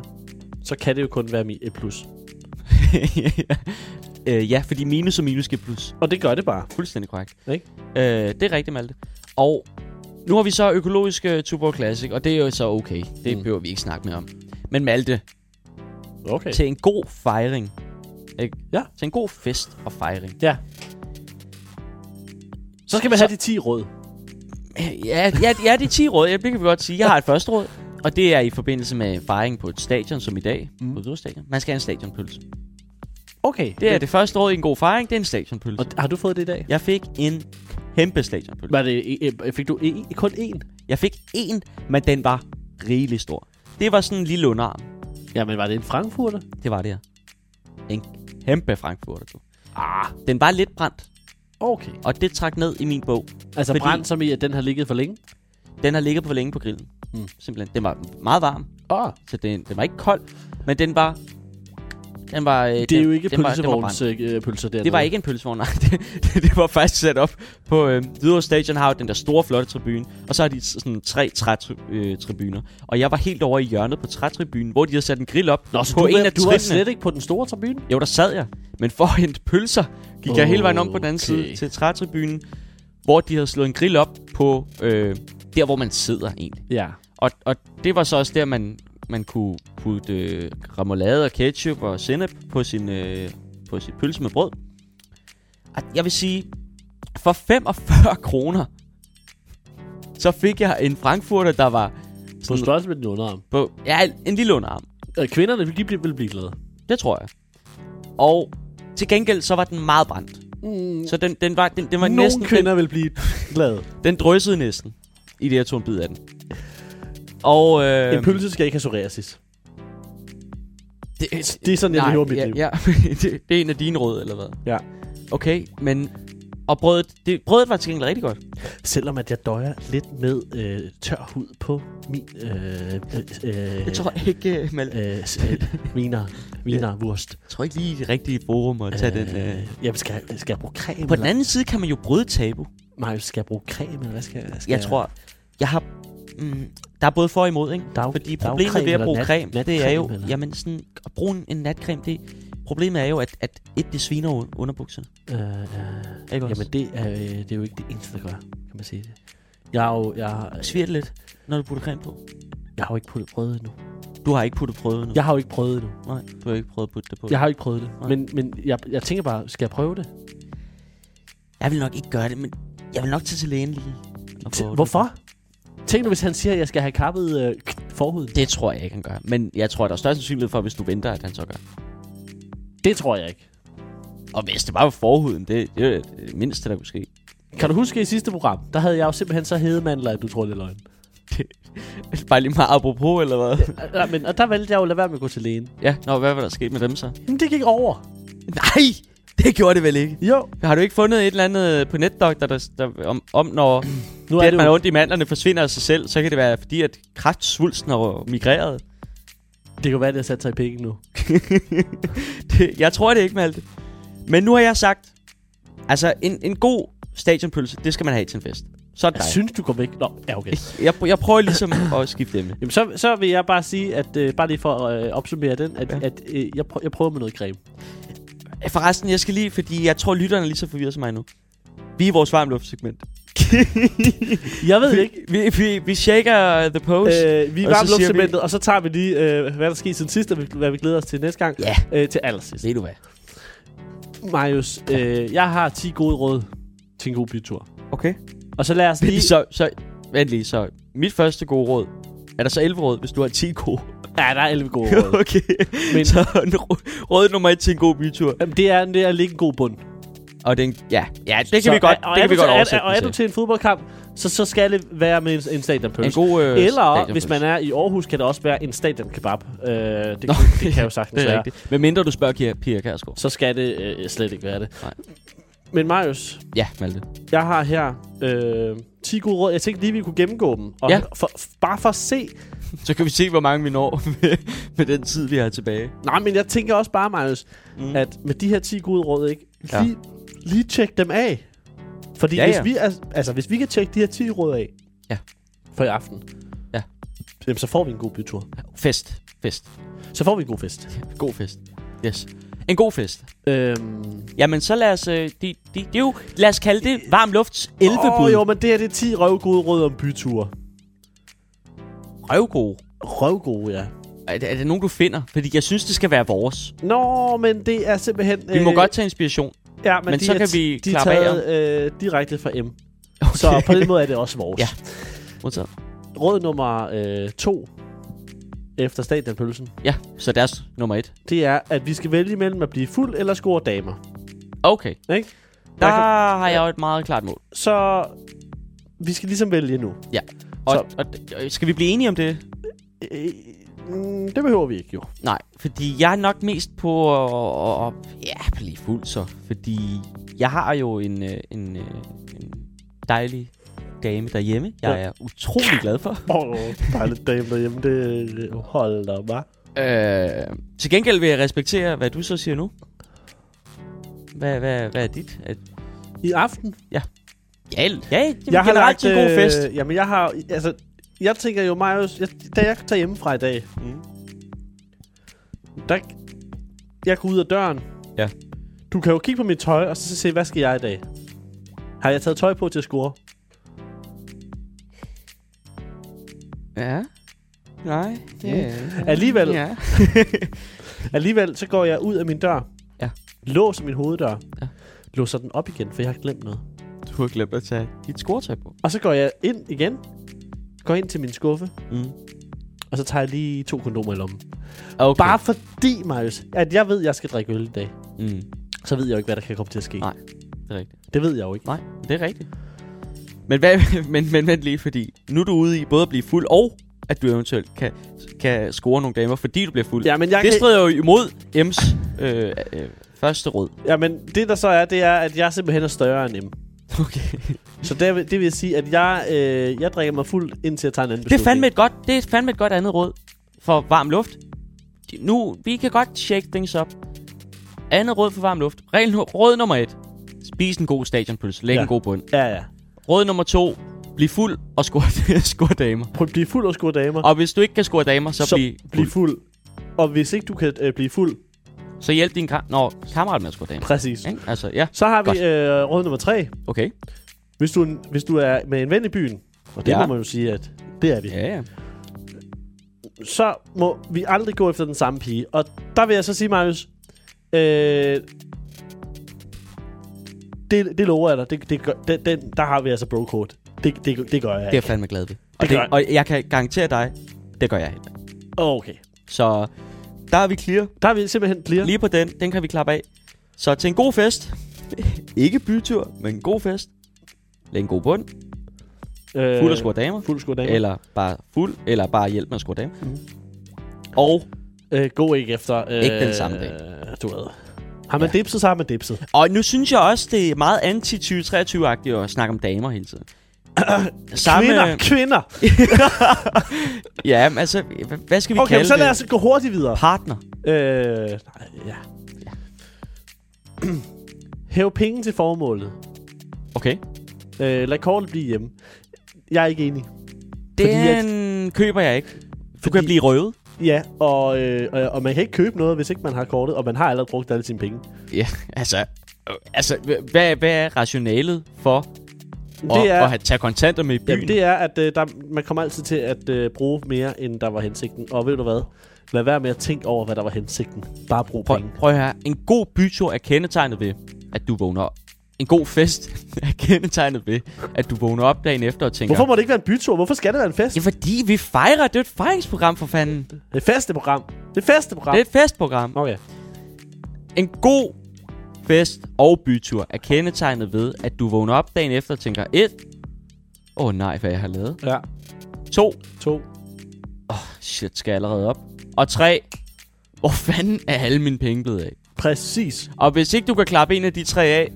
så kan det jo kun være mi- et plus. [laughs] øh, ja, fordi minus og minus giver plus. Og det gør det bare. Fuldstændig korrekt. Ikke? Øh, det er rigtigt, Malte. Og nu har vi så økologisk uh, Tuborg Classic, og det er jo så okay. Det Mm. mm. behøver vi ikke snakke mere om. Men Malte, okay. Okay. til en god fejring. Ikke? Øh. Ja. Til en god fest og fejring. Ja. Så skal man Så- have de 10 råd. Øh, Ja, ja, ja, det er 10 råd. Jeg, det kan vi godt sige. Jeg har et første råd. Og det er i forbindelse med fejring på et stadion, som i dag. Mm. Mm. På Hvidovre Stadion. Man skal have en stadionpølse. Okay. Det er det første råd i en god fejring. Det er en stadionpølse. Og har du fået det i dag? Jeg fik en kæmpe stadionpølse. Var det, øh, fik du en, kun én? Jeg fik en, men den var rigelig stor. Det var sådan en lille underarm. Jamen, var det en frankfurter? Det var det her. En kæmpe frankfurter, du. Ah, den var lidt brændt, Okay. og det trak ned i min bog. Altså Fordi- Fordi... brand, som i, at den har ligget for længe? Den har ligget for længe på grillen. Mm. Mm. Simpelthen. Den var meget varm, Åh, oh, så den, den var ikke kold, men den var... Den var, øh, det er den, jo ikke øh, den var- den var brændt. pølsevognspølser dernede. Det var ikke en pølsevogn, nej. [laughs] Det, det, det var faktisk sat op på øh, Hvidovre Stadion har jo den der store flotte tribune, og så har de sådan tre trætribuner. Og jeg var helt over i hjørnet på trætribunen, hvor de havde sat en grill op Nå, så på du, en var, af du var trinene. slet ikke på den store tribune? Jo, der sad jeg. Men for at hente pølser, gik jeg hele vejen om på den anden Okay. side til trætribunen, hvor de havde slået en grill op på øh, der, hvor man sidder egentlig. Ja. Og, og det var så også der, man, man kunne putte øh, remoulade og ketchup og sennep på sin, øh, på sit pølse med brød. Og jeg vil sige, for 45 [laughs] kroner, så fik jeg en frankfurter, der var På sådan, størrelse med din underarm. på, ja, en lille underarm. Øh, Kvinderne, de bliver, vil blive glade. Det tror jeg. Og til gengæld, så var den meget brændt. Mm. Så den, den var, den, den var Nogle næsten... kvinder vil blive glade. Den, den dryssede næsten, i det, jeg tog en bid af den. Og... Øh, En pølse skal ikke have psoriasis. det, Det er sådan, jeg lever mit ja, liv. ja, [laughs] det, det, er en af dine råd, eller hvad? Ja. Okay, men... Og brødet, det, brødet var til gengæld rigtig godt. Selvom at jeg døjer lidt med øh, tør hud på min... Øh, øh, Jeg tror ikke, uh, Mal, øh, s- øh, viner, viner wurst. jeg tror ikke lige i det rigtige forum at tage øh, den. Øh. øh, jamen, skal, jeg- skal jeg bruge creme? På den eller- anden side kan man jo bryde tabu. Marius, skal jeg bruge creme, eller hvad skal jeg? Skal Jeg tror, jeg har... Mm, der er både for og imod, ikke? Dag- Fordi dagcreme problemet ved at eller bruge nat- creme, det er jo... natcreme, eller? Jamen, sådan, at bruge en- en natcreme, det... Problemet er jo, at, at et, det sviner un- underbukserne. Øh, øh, Ikke også? jamen, det er, øh, det er jo ikke det eneste, der gør, kan man sige det. Jeg har jo, jeg, har- Sviger det lidt, når du putter creme på? jeg har jo ikke puttet prøvet endnu. Du har ikke puttet prøve endnu. Jeg har jo ikke prøvet endnu. Nej, du har ikke prøvet at putte det på. Jeg har jo ikke prøvet det. Nej. Men, men jeg, jeg tænker bare, skal jeg prøve det? Jeg vil nok ikke gøre det, men jeg vil nok tage til lægen lige. og få T- det. hvorfor? Tænk nu, hvis han siger, at jeg skal have kappet øh, forhuden. Det tror jeg ikke, han gør. Men jeg tror, der er større sandsynlighed for, hvis du venter, at han så gør. Det tror jeg ikke. Og hvis det bare var forhuden, det, det er det mindste, der kunne ske. Kan du huske i sidste program, der havde jeg jo simpelthen så hedemandler, at du tror, det er løgn. [laughs] bare lige meget apropos, eller hvad? Ja, men, og der valgte jeg jo at lade være med at gå til lægen. Ja, nå, hvad var der sket med dem så? Jamen, det gik over. Nej, det gjorde det vel ikke. Jo. Har du ikke fundet et eller andet på netdoktor, der, der om, om når Nu det, er at det man jo, har ondt i mandlerne forsvinder af sig selv, så kan det være fordi, at kræftsvulsten har migreret? det kan jo være, at jeg satte sig i pikken nu. Det, jeg tror det ikke, Malte. Men nu har jeg sagt, altså en, en god stadionpølse, det skal man have til en fest. Så er det Jeg dig. synes, du går væk. Nå, ja, okay. Jeg, jeg prøver ligesom at skifte emne. Jamen, så, så vil jeg bare sige, at øh, bare lige for at øh, opsummere den, at, ja. Ja. at øh, jeg, prøver, jeg prøver med noget creme. Forresten, jeg skal lige, fordi jeg tror, lytterne er lige så forvirret som mig nu. Vi er i vores varmluftsegment. Jeg ved det ikke. Vi, vi, vi shaker the post. Øh, Øh, vi er Og så siger varmluftscementet, og så tager vi lige, øh, hvad der skete siden sidst, og vi- hvad vi glæder os til næste gang, Ja. øh, til allersidst. Ved du hvad? Marius, øh, jeg har 10 gode råd til en god bytur. Okay. Og så lad os lige... Lige, så, så, vent lige, så mit første gode råd. Er der så 11 råd, hvis du har 10 gode? Ja, der er 11 gode råd. [laughs] okay. Men- Men... Så rå- råd nummer 1 til en god bytur. Jamen, det er, det er at lægge en god bund. Og den, ja, ja, det kan Så vi godt, er- og det er kan vi du godt til- er- oversætte Og er den du til. til en fodboldkamp, så, så skal det være med en, en stadionpølse. En god øh, Eller stadionpølse. hvis man er i Aarhus, kan det også være en stadionkebab. Øh, det, Nå, Nå, det [laughs] kan jo sagtens Det er være. rigtigt. Men mindre du spørger Pia, Pia Kærsgaard. så skal det øh, slet ikke være det. Nej. Men Marius, Ja, Malte. jeg har her øh, 10 gode råd. Jeg tænkte lige, vi kunne gennemgå dem. Og Ja. for, f- bare for at se. Så kan vi se, hvor mange vi når [laughs] med, med den tid, vi har tilbage. Nej, men jeg tænker også bare, Marius, mm. Mm. at med de her 10 gode råd, ikke? Ja. Lige, lige tjek dem af. Fordi ja, Ja, hvis, ja. Vi er, altså, hvis vi kan tjekke de her 10 råd af Ja. for i aften, Ja. jamen, så får vi en god bytur. Fest. Fest. Så får vi en god fest. God fest. Yes. En god fest. Øhm, Jamen, så lad os, øh, de, de, det er jo, lad os kalde det varm lufts 11 bud. Åh, jo, men det her det er 10 røvgode råd om byture. Røvgode. Røvgode, ja. Er, det- er det nogen, du finder? Fordi jeg synes, det skal være vores. Nå, men det er simpelthen... øh, Vi må godt tage inspiration. Ja, men, Men de så er, kan t- vi de er klappe af taget øh, direkte fra M. Okay. Så på den måde er det også vores. Ja. [laughs] Modtaget. Råd nummer øh, to efter stadionpølsen, Ja, så deres nummer et. det er, at vi skal vælge mellem at blive fuld eller score damer. Okay. Ikke? Der Jeg kan- har jeg jo et meget klart mål. Så vi skal ligesom vælge nu. Og, Så- og, og skal vi blive enige om det? Øh, mm, det behøver vi ikke jo. Nej, fordi jeg er nok mest på at- at... at- Ja, på lige fuld så. Fordi jeg har jo en, øh, en, øh, en dejlig dame derhjemme. Jeg Ja. er utrolig glad for. Åh, oh, dejligt dame derhjemme. Det hold da bare. Øh, til gengæld vil jeg respektere, hvad du så siger nu. Hvad, hvad, hvad er dit? Er, I aften. ja, ja, det er generelt en god øh, fest. Jamen, jeg har... Altså, jeg tænker jo, Marius, jeg, da jeg tager hjemmefra i dag, Mm. der, jeg går ud af døren. Ja. Du kan jo kigge på mit tøj, og så se, hvad skal jeg i dag? Har jeg taget tøj på til at score? Ja. Nej. Mm. Ja. Alligevel, ja. Ja. alligevel, så går jeg ud af min dør. Ja. Låser min hoveddør. Ja. Låser den op igen, for jeg har glemt noget. Du har glemt at tage dit scoretøj på. Og så går jeg ind igen. Går ind til min skuffe. Mm. Og så tager jeg lige to kondomer i lommen. Okay. Bare fordi, Marius, at jeg ved, at jeg skal drikke øl i dag, Mm. så ved jeg jo ikke, hvad der kan komme til at ske. Nej. Det er rigtigt. Det ved jeg jo ikke. Nej, det er rigtigt. Men, hvad, [laughs] men, men vent lige, fordi nu er du ude i både at blive fuld og at du eventuelt kan, kan score nogle damer, fordi du bliver fuld. Ja, men jeg det kan- strider jo imod M's øh, øh, første råd. Ja, men det der så er, det er, at jeg simpelthen er større end M. Okay. Så det, vil- det vil sige, at jeg, øh, jeg drikker mig fuld, indtil jeg tager en anden Det er beslutning. fandme et godt, det er fandme et godt andet råd for varm luft. Nu, vi kan godt shake things up. Andet råd for varm luft. Regel, nu- råd nummer et. Spis en god stadionpølse. Læg ja. Ja. en god bund. Ja, ja. Råd nummer to. Bliv fuld og score, [laughs] score damer. Prøv at blive fuld og score damer. Og hvis du ikke kan score damer, så, så bliv, bliv bliv fuld. Og hvis ikke du kan øh, blive fuld, Så hjælp din kam- Nå, kammerat med at score damer. præcis. Ikke? Altså, ja. Så har vi Godt. øh, råd nummer tre. Okay. Hvis du, er en- hvis du er med en ven i byen, og det Ja. ja. må man jo sige, at det er vi, Ja, ja. så må vi aldrig gå efter den samme pige. Og der vil jeg så sige, Marius, øh, det, det lover jeg dig. Det, det gør, den, den, der har vi altså brocode. Det, det, det gør jeg Det er jeg ikke. fandme glad ved. Og, Det det, gør jeg. og jeg kan garantere dig, det gør jeg heller ikke. Okay. Så der er vi clear. Der er vi simpelthen clear. Lige på den, den kan vi klappe af. Så til en god fest. [laughs] ikke bytur, men en god fest. Læg en god bund. øh, Fuld og score damer. Fuld skud damer. Eller bare fuld. Eller bare hjælp med at score damer. Mhm. Og, Øh, gå ikke efter... Øh, Ikke den samme dag. Du ved. Har man ja. dipset, så har man dipset. og nu synes jeg også, det er meget anti-2023-agtigt at snakke om damer hele [coughs] tiden. Samme, øh, Kvinder! Kvinder! Ja, men altså, h- hvad skal vi Okay, kalde men så det? lad os gå hurtigt videre. Partner. Øh, nej, ja. Hæv penge til formålet. Okay. Øh, lad kortet blive hjemme. Jeg er ikke enig. Fordi at- Den at... køber jeg ikke. Du fordi... kan Fordi- blive røvet. Ja, og, øh, og, og man kan ikke købe noget, hvis ikke man har kortet, og man har allerede brugt alle sine penge. Ja, altså... øh, Altså, h- hvad, hvad er rationalet for det er, have, tage kontanter med i jamen, det er at øh, der, man kommer altid til at øh, bruge mere, end der var hensigten. Og ved du hvad? Lad være med at tænke over, hvad der var hensigten. Bare brug Prøv, penge. prøv at høre. En god bytur er kendetegnet ved, at du vågner op. En god fest [laughs] er kendetegnet ved, at du vågner op dagen efter og tænker... Hvorfor må det ikke være en bytur? Hvorfor skal det være en fest? Ja, fordi vi fejrer. Det er et fejringsprogram, for fanden. Det Det er festeprogram. Det er festeprogram. er et festprogram. Okay. En god fest og bytur er kendetegnet ved, at du vågner op dagen efter og tænker... 1. Åh oh, nej, hvad jeg har lavet. Ja. 2. To. Shit, skal jeg allerede op? Og 3. Hvor fanden er alle mine penge blevet af? Præcis. Og hvis ikke du kan klappe en af de tre af,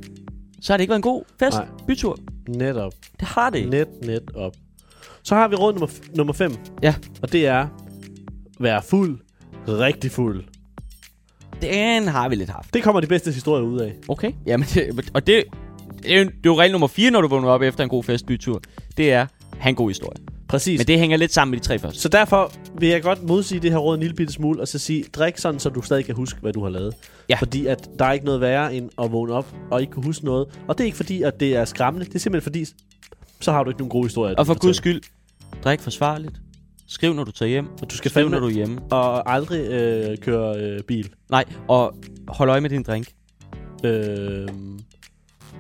så har det ikke været en god fest, Nej. bytur. Netop. Det har det ikke. Net, net op. Så har vi råd nummer, f- nummer fem. Ja. Og det er... Vær fuld. Rigtig fuld. Den har vi lidt haft. Det kommer de bedste historier ud af. Okay. Jamen, det, og det, det, er jo, det er jo regel nummer 4, når du vågner op efter en god fest, bytur. Det er, have en god historie. Præcis. Men det hænger lidt sammen med de tre første. Så derfor vil jeg godt modsige det her råd en lille bitte smule, og så sige, drik sådan, så du stadig kan huske, hvad du har lavet. Ja. Fordi at der er ikke noget værre end at vågne op og ikke kunne huske noget. Og det er ikke fordi, at det er skræmmende. Det er simpelthen fordi, så har du ikke nogen gode historier. Og for du kan guds fortælle. skyld, drik forsvarligt. Skriv, når du tager hjem. Og du skal Skriv, når fandme du er hjemme. og aldrig øh, køre øh, bil. Nej, og hold øje med din drink. Øh, øh,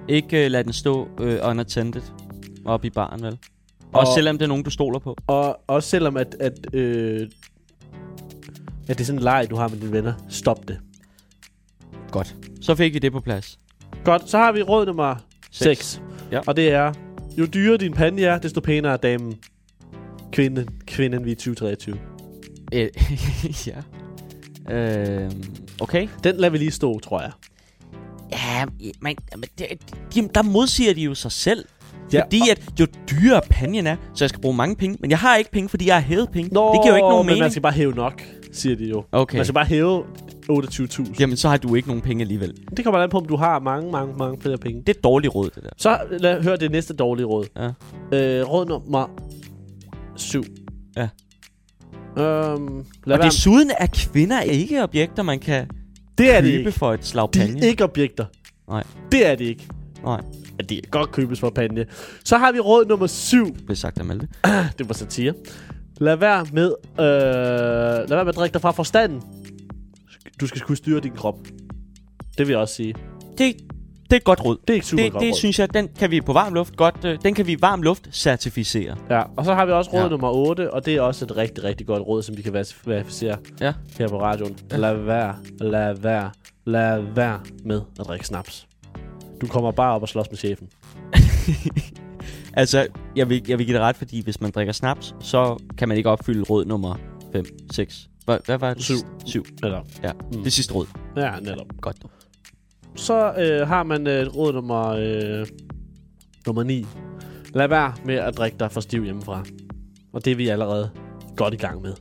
Ikke uh, lad den stå uh, unattended. op i baren, vel? Også Og- selvom det er nogen, du stoler på. Og også selvom, at, at, øh, at det er sådan en leg, du har med dine venner. Stop det. Godt. Så fik vi det på plads. Godt, så har vi råd nummer Seks. 6. Ja. Og det er, jo dyrere din pande er, desto pænere er damen. Kvinden, kvinden vi er 2023. Øh, [laughs] ja. Øh, okay. Den lader vi lige stå, tror jeg. Ja, men, men det, de, der modsiger de jo sig selv. Ja, Ja, fordi at jo dyrere panjen er, så jeg skal bruge mange penge. Men jeg har ikke penge, fordi jeg har hævet penge. Nå, det giver jo ikke nogen men mening. man skal bare hæve nok, siger de jo. Okay. Man skal bare hæve 28.000. Jamen, så har du ikke nogen penge alligevel. Det kommer an på, om du har mange, mange, mange flere penge. Det er et dårligt råd, det der. Så lad høre det næste dårlige råd. Ja. Øh, råd nummer 7. Ja. Øhm, lad Og være desuden er kvinder ikke objekter, man kan det er det købe ikke. for et slag De panje. er ikke objekter. Nej. Det er det ikke. Nej, Ja, det kan godt købes for panje. Så har vi råd nummer 7. det blev sagt af Malte. Det var satire. Lad være med, øh, lad være med at drikke dig fra forstanden. Du skal kunne styre din krop. Det vil jeg også sige. Det, det er et godt råd. Det er ikke super Det, godt det råd. synes jeg, den kan vi på varm luft godt, øh, den kan vi varm luft certificere. Ja, og så har vi også råd ja. Ja. nummer 8, og det er også et rigtig, rigtig godt råd, som vi kan vers- verificere Ja. her på radioen. Lad være, lad være, lad være med at drikke snaps. Du kommer bare op og slås med chefen. Altså, jeg vil, jeg vil give dig ret, fordi hvis man drikker snaps, så kan man ikke opfylde råd nummer 5, 6. Hvad, hvad var det? Syv. 7. Eller, Ja, mm. det sidste råd. ja, netop. Godt. Så øh, har man øh, et råd nummer, øh, nummer 9. Lad være med at drikke dig for stiv hjemmefra. Og det er vi allerede godt i gang med.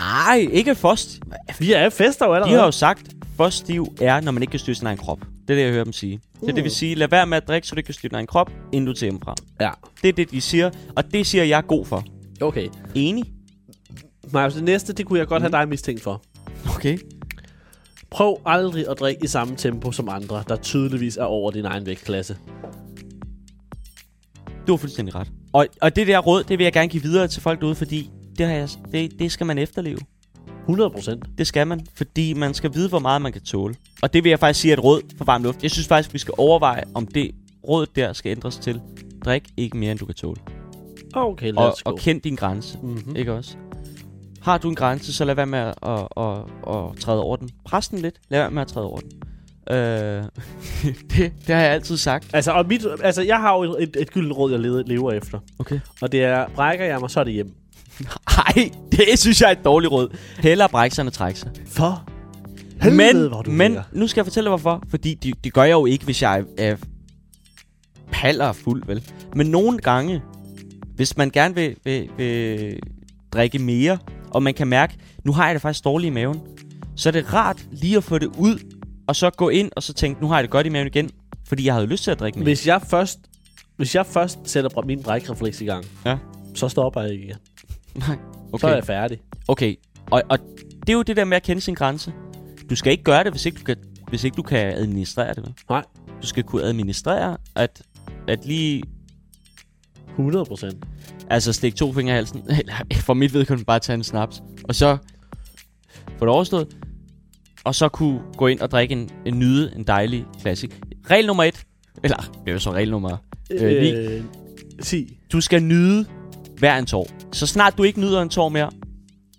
Nej, ikke først. Vi er fester jo De har allerede. jo sagt, for stiv er, når man ikke kan styre sin egen krop. Det er det, jeg hører dem sige. Så Mm. det vil sige, lad være med at drikke, så du ikke kan styre din egen krop, inden du tager hjemmefra. Ja, Det er det, de siger, og det siger jeg er god for. okay. Enig? Marius, det næste, det kunne jeg godt have dig mistænkt for. Okay. Prøv aldrig at drikke i samme tempo som andre, der tydeligvis er over din egen vægtklasse. Du har fuldstændig ret. Og, og det der råd, det vil jeg gerne give videre til folk derude, fordi det, har jeg, det, det skal man efterleve. 100 procent. Det skal man, fordi man skal vide, hvor meget man kan tåle. Og det vil jeg faktisk sige er et råd for varm luft. Jeg synes faktisk, vi skal overveje, om det råd der skal ændres til. Drik ikke mere, end du kan tåle. Okay, lad Og, os og gå. kend din grænse, Mhm. mm-hmm. ikke også? Har du en grænse, så lad være med at, at, at, at træde over den. Pres den lidt, lad være med at træde over den. Øh, [laughs] det, det har jeg altid sagt. Altså, og mit, altså, jeg har jo et, et gyldent råd, jeg leder, lever efter. Okay. Og det er, brækker jeg mig, så er det hjem. Ej, det synes jeg er et dårligt råd. Hellere brække sig, end at trække sig. For helvede, Men, hvor du men ligger. nu skal jeg fortælle dig, hvorfor. Fordi det, det gør jeg jo ikke, hvis jeg er øh, paller fuld, vel? Men nogle gange, hvis man gerne vil, vil, vil drikke mere, og man kan mærke, nu har jeg det faktisk dårligt i maven, så er det rart lige at få det ud, og så gå ind og så tænke, nu har jeg det godt i maven igen, fordi jeg havde lyst til at drikke mere. Hvis jeg først, hvis jeg først sætter br- min brækrefleks i gang, Ja. så stopper jeg ikke igen. Nej, okay. Så er jeg færdig. Okay, og, og det er jo det der med at kende sin grænse. Du skal ikke gøre det, hvis ikke du kan, hvis ikke du kan administrere det, vel? Nej. Du skal kunne administrere, at, at lige... 100 procent. Altså stikke to fingre i halsen, [laughs] eller for mit vedkommende bare tage en snaps, og så få det overstået, og så kunne gå ind og drikke en, en nyde, en dejlig klassik. Regel nummer et, eller det er jo så regel nummer øh, ni. Øh, 10. Du skal nyde hver en tår. Så snart du ikke nyder en tår mere,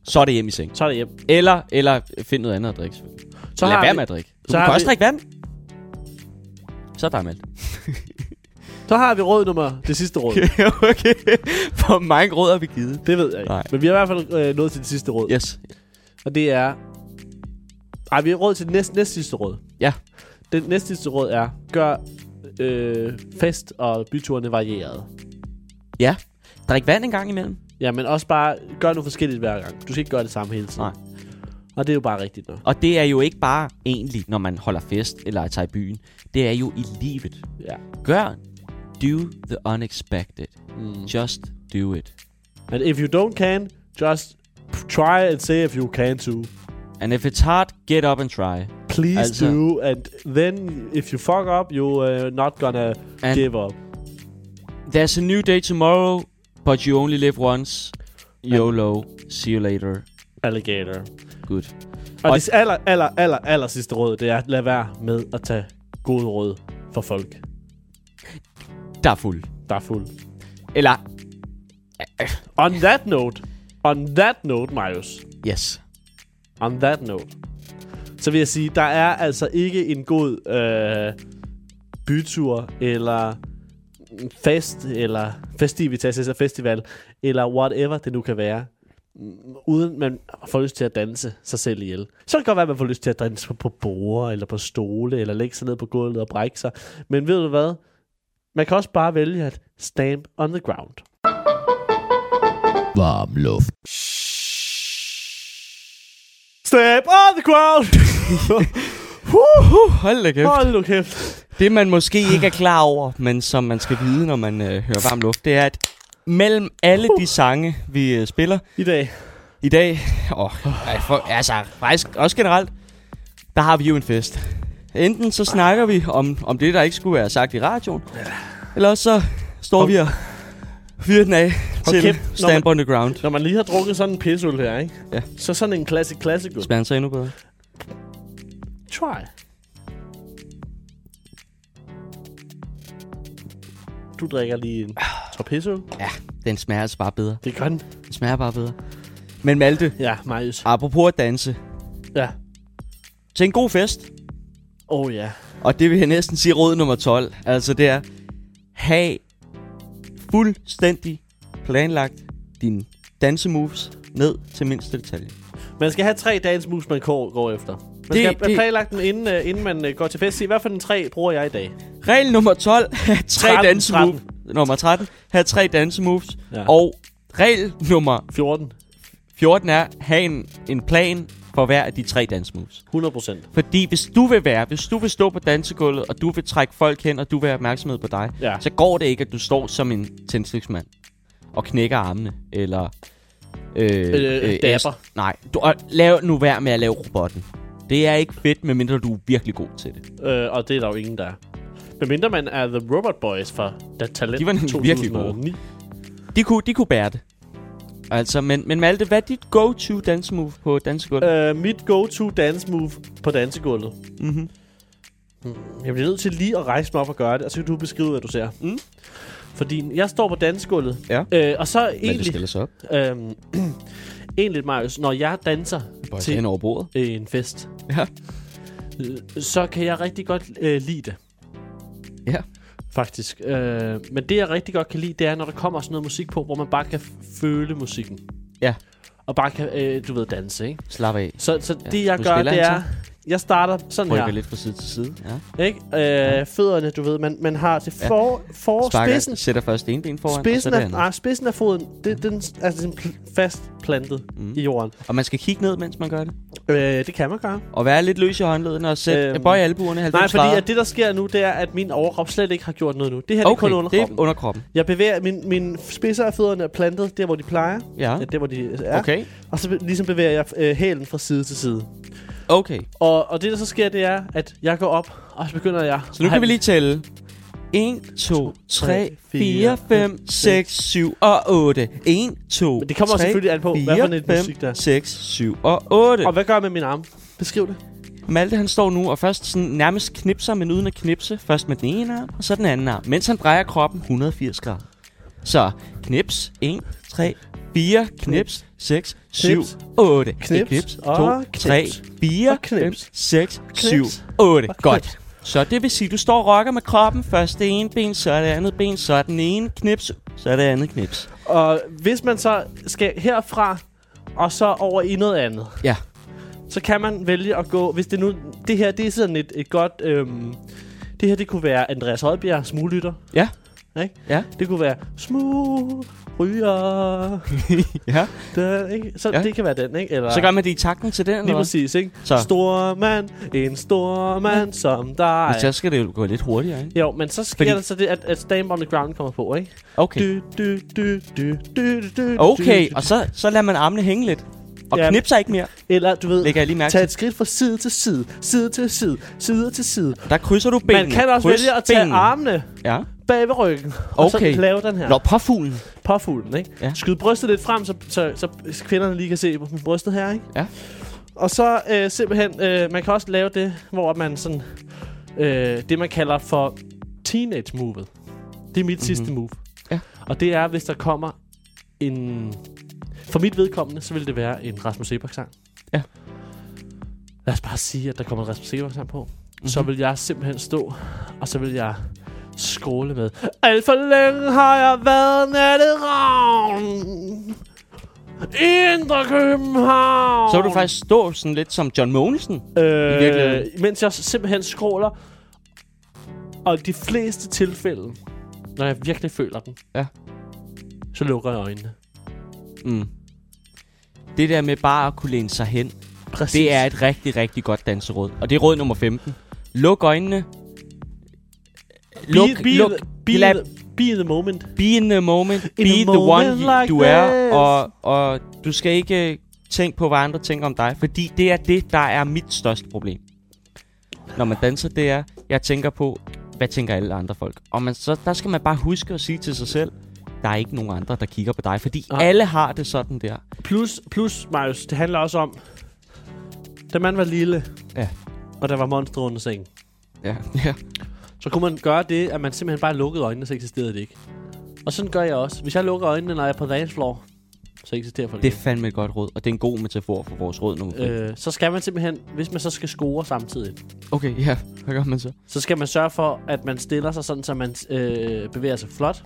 så er det hjem i seng. Så er det hjem. Eller, eller find noget andet at drikke, selvfølgelig. Så Lad har være vi- med at drikke. Du så så kan har også vi- drikke vand. Så er [laughs] der Malte. Så har vi råd nummer, det sidste [laughs] råd. okay. Hvor mange råd har vi givet? Det ved jeg ikke. Nej. Men vi har i hvert fald øh, nået til det sidste råd. Yes. Og det er... Ej, vi har råd til det næst, næst sidste råd. Ja. Det næst sidste råd er, gør øh, fest og byturene varieret. Ja. Drik vand en gang imellem. Ja, men også bare gør noget forskelligt hver gang. Du skal ikke gøre det samme hele tiden. Nej. Og det er jo bare rigtigt nok. Og det er jo ikke bare egentlig, når man holder fest eller tager i byen. Det er jo i livet. Ja. Gør. Do the unexpected. Mm. Just do it. And if you don't can, just try and say if you can too. And if it's hard, get up and try. Please Altså. do. And then if you fuck up, you're uh, not gonna And- give up. There's a new day tomorrow, but you only live once. YOLO. See you later. Alligator. Good. Og, Og- og det aller, aller, aller, aller sidste råd, det er, lad være med at tage gode råd for folk, Der er fuld. der er fuld. Eller, On that note, on that note, Marius, yes. on that note, så vil jeg sige, der er altså ikke en god øh, bytur, eller fest, eller festivitas, altså festival, eller whatever det nu kan være, mm, uden man får lyst til at danse sig selv ihjel. Så kan det godt være, at man får lyst til at danse på, på borde, eller på stole, eller lægge sig ned på gulvet og brække sig. Men ved du hvad? Man kan også bare vælge at stamp on the ground. Varm luft. Stamp on the ground! Uh, hold da kæft. Hold nu kæft. Det, man måske ikke er klar over, men som man skal vide, når man øh, hører varm luft, det er, at mellem alle de sange, vi øh, spiller I dag. i dag, og øh, for, altså faktisk også generelt, der har vi jo en fest. Enten så snakker vi om, om det, der ikke skulle være sagt i radioen, eller også så står vi og fyrer den af til kæft, når Stamp on the Ground. Når man lige har drukket sådan en pisseøl her, ikke? Ja. Så sådan en classic classic øl. Spænder sig endnu bedre. Try. Du drikker lige en Ah. tår pisseøl. Den smager altså bare bedre. Det gør den. Den smager bare bedre. Men Malte, Ja, Marius. apropos at danse, Ja. til en god fest, Oh ja. Og det vil jeg næsten sige råd nummer 12. Altså det er, have fuldstændig planlagt dine dansemoves ned til mindste detalje. Man skal have tre dagens mus, man går, går efter. Man det, skal have det- planlagt dem, inden, uh, inden man uh, går til fest. Se, hvad for den tre bruger jeg i dag? Regel nummer 12, have tre 13, dansemoves. Nummer 13, have tre dansemoves. Ja. Ja. Og regel nummer 14. 14 er, have en, en plan for hver af de tre dansemoves. 100 procent. Fordi hvis du vil være, hvis du vil stå på dansegulvet, og du vil trække folk hen, og du vil have opmærksomhed på dig, Ja. så går det ikke, at du står som en tændstiksmand og knækker armene, eller... Øh, dabber. æst- Nej, du, og lav nu vær med at lave robotten. Det er ikke fedt, medmindre du er virkelig god til det. Øh, og det er der jo ingen, der er. Medmindre man er The Robot Boys fra Da Talent De var nemlig virkelig gode. 2009. De kunne, de kunne bære det. Altså, men, men Malte, hvad er dit go-to dansemove på dansegulvet? Øh, mit go-to dance move på dansegulvet. Hmm, Mm-hmm. Jeg bliver nødt til lige at rejse mig op og gøre det, og så kan du beskrive, hvad du ser. Mm. Fordi jeg står på dansegulvet, Ja. øh, og så Malte egentlig, stiller sig op. øhm, [clears throat] egentlig, Marius, når jeg danser Bøjer sig til hen over bordet. en fest, Ja. øh, så kan jeg rigtig godt øh, lide det. Ja. Faktisk. Øh, men det, jeg rigtig godt kan lide, det er, når der kommer sådan noget musik på, hvor man bare kan føle musikken. Ja. Og bare kan, øh, du ved, danse, ikke? Slap af. Så, så Ja. det, jeg Nu gør, spiller det han er, jeg starter sådan Rykker her. lidt fra side til side. Ja. Ikke? Øh, ja. Fødderne, du ved, man, man har til Ja. for, for Sparker, spidsen. sætter først en ben foran, og så Spidsen det af, andet. nej, spidsen af foden, det, den er sådan pl- fast plantet mm. Mm. i jorden. Og man skal kigge ned, mens man gør det. Øh, det kan man gøre. Og være lidt løs i håndledene og sætte Øhm, øhm, bøje albuerne 90 Nej, fordi grader. at det, der sker nu, det er, at min overkrop slet ikke har gjort noget nu. Det her det er okay, kun det er underkroppen. underkroppen. Jeg bevæger, min, min spidser af fødderne er plantet der, hvor de plejer. Ja, Ja. Der, hvor de er. okay. Og så be- ligesom bevæger jeg øh, hælen fra side til side. Okay, Og, og det, der så sker, det er, at jeg går op, og så begynder jeg... så nu kan vi lige tælle. 1, 2, 3, 4, 5, 6, 7 og 8. 1, 2, Men det kommer 3, selvfølgelig an på, hvad for en 4, musik der er. 6, 7 og [laughs] 8. Og Og hvad gør jeg med min arm? Beskriv det. Malte han står nu og først sådan nærmest knipser, men uden at knipse. Først med den ene arm, og så den anden arm. Mens han drejer kroppen 180 grader. Så knips, 1, 3, 4, knips, 6, 7, Knips. 8. Knips. knips 2, Og 3, knips. 4, Og knips. 5, 6, 7, Knips. 8. Og Godt. Så det vil sige, at du står og rocker med kroppen. Først det ene ben, så det andet ben, så den ene knips, så det andet knips. Og hvis man så skal herfra, og så over i noget andet, Ja. så kan man vælge at gå, hvis det nu, det her, det er sådan et, et godt, øhm, det her, det kunne være Andreas Højbjerg, smuglytter. Ja. Ikke? [laughs] Ja. Det kunne være smug, [laughs] ryger, ja. den, ikke? Så Ja. ja. det kan være den, ikke? Eller, Så gør man det i takten til den, Lige eller hvad? præcis, ikke? Så. Stor mand, en stor mand som dig. Men så skal det jo gå lidt hurtigere, ikke? Jo, men så sker Fordi- der så det, at, at Stamp on the Ground kommer på, ikke? Du, Okay. du, du, du, du, du, Okay, du, og så, så lader man armene hænge lidt. Og Ja. ja. knipser ikke mere, Eller du ved, lægger jeg lige mærke Tag til. et skridt fra side til side, side til side, side til side. Der krydser du benene. Man kan også Kryds vælge at tage benene. armene Ja. bag ved ryggen, og så Okay. lave den her Nå, påfuglen. påfuglen, ikke? Ja. Skyd brystet lidt frem, så, så, så kvinderne lige kan se på min brystet her, ikke? Ja. Og så øh, simpelthen, øh, man kan også lave det, hvor man sådan, øh, det man kalder for teenage-movet. Det er mit mm-hmm. sidste move. Mhm. Ja. Og det er, hvis der kommer en... For mit vedkommende, så vil det være en Rasmus Sebak-sang. Ja. Lad os bare sige, at der kommer en Rasmus Sebak-sang på. Mm-hmm. Så Mhm. vil jeg simpelthen stå, og så vil jeg skråle med. Alt for længe har jeg været natteravn. Indre København. Så vil du faktisk stå sådan lidt som John Mogensen. I Øh, virkeligheden. mens jeg simpelthen skråler. Og i de fleste tilfælde, når jeg virkelig føler den, Ja. så lukker jeg øjnene. Mm. Det der med bare at kunne læne sig hen, Præcis. det er et rigtig, rigtig godt danseråd. Og det er råd nummer 15. Luk øjnene. Luk, be, be, luk. The, be, lad- the, be in the moment. Be in the moment. In be a the moment one, like du er. this. Og, og du skal ikke øh, tænke på, hvad andre tænker om dig. Fordi det er det, der er mit største problem. Når man danser, det er, jeg tænker på, hvad tænker alle andre folk? Og man, så, der skal man bare huske at sige til sig selv, der er ikke nogen andre, der kigger på dig. Fordi Nej. alle har det sådan der. Plus, plus, Marius, det handler også om, da man var lille, Ja. og der var monster under sengen, Ja, ja. så kunne man gøre det, at man simpelthen bare lukkede øjnene, så eksisterede det ikke. Og sådan gør jeg også. Hvis jeg lukker øjnene, når jeg er på dancefloor, så eksisterer folk Det ikke. er fandme et godt råd, og det er en god metafor for vores råd nummer 5. Øh. Øh, så skal man simpelthen, hvis man så skal score samtidig, Okay, ja. Hvad gør man så? så skal man sørge for, at man stiller sig sådan, så man øh, bevæger sig flot.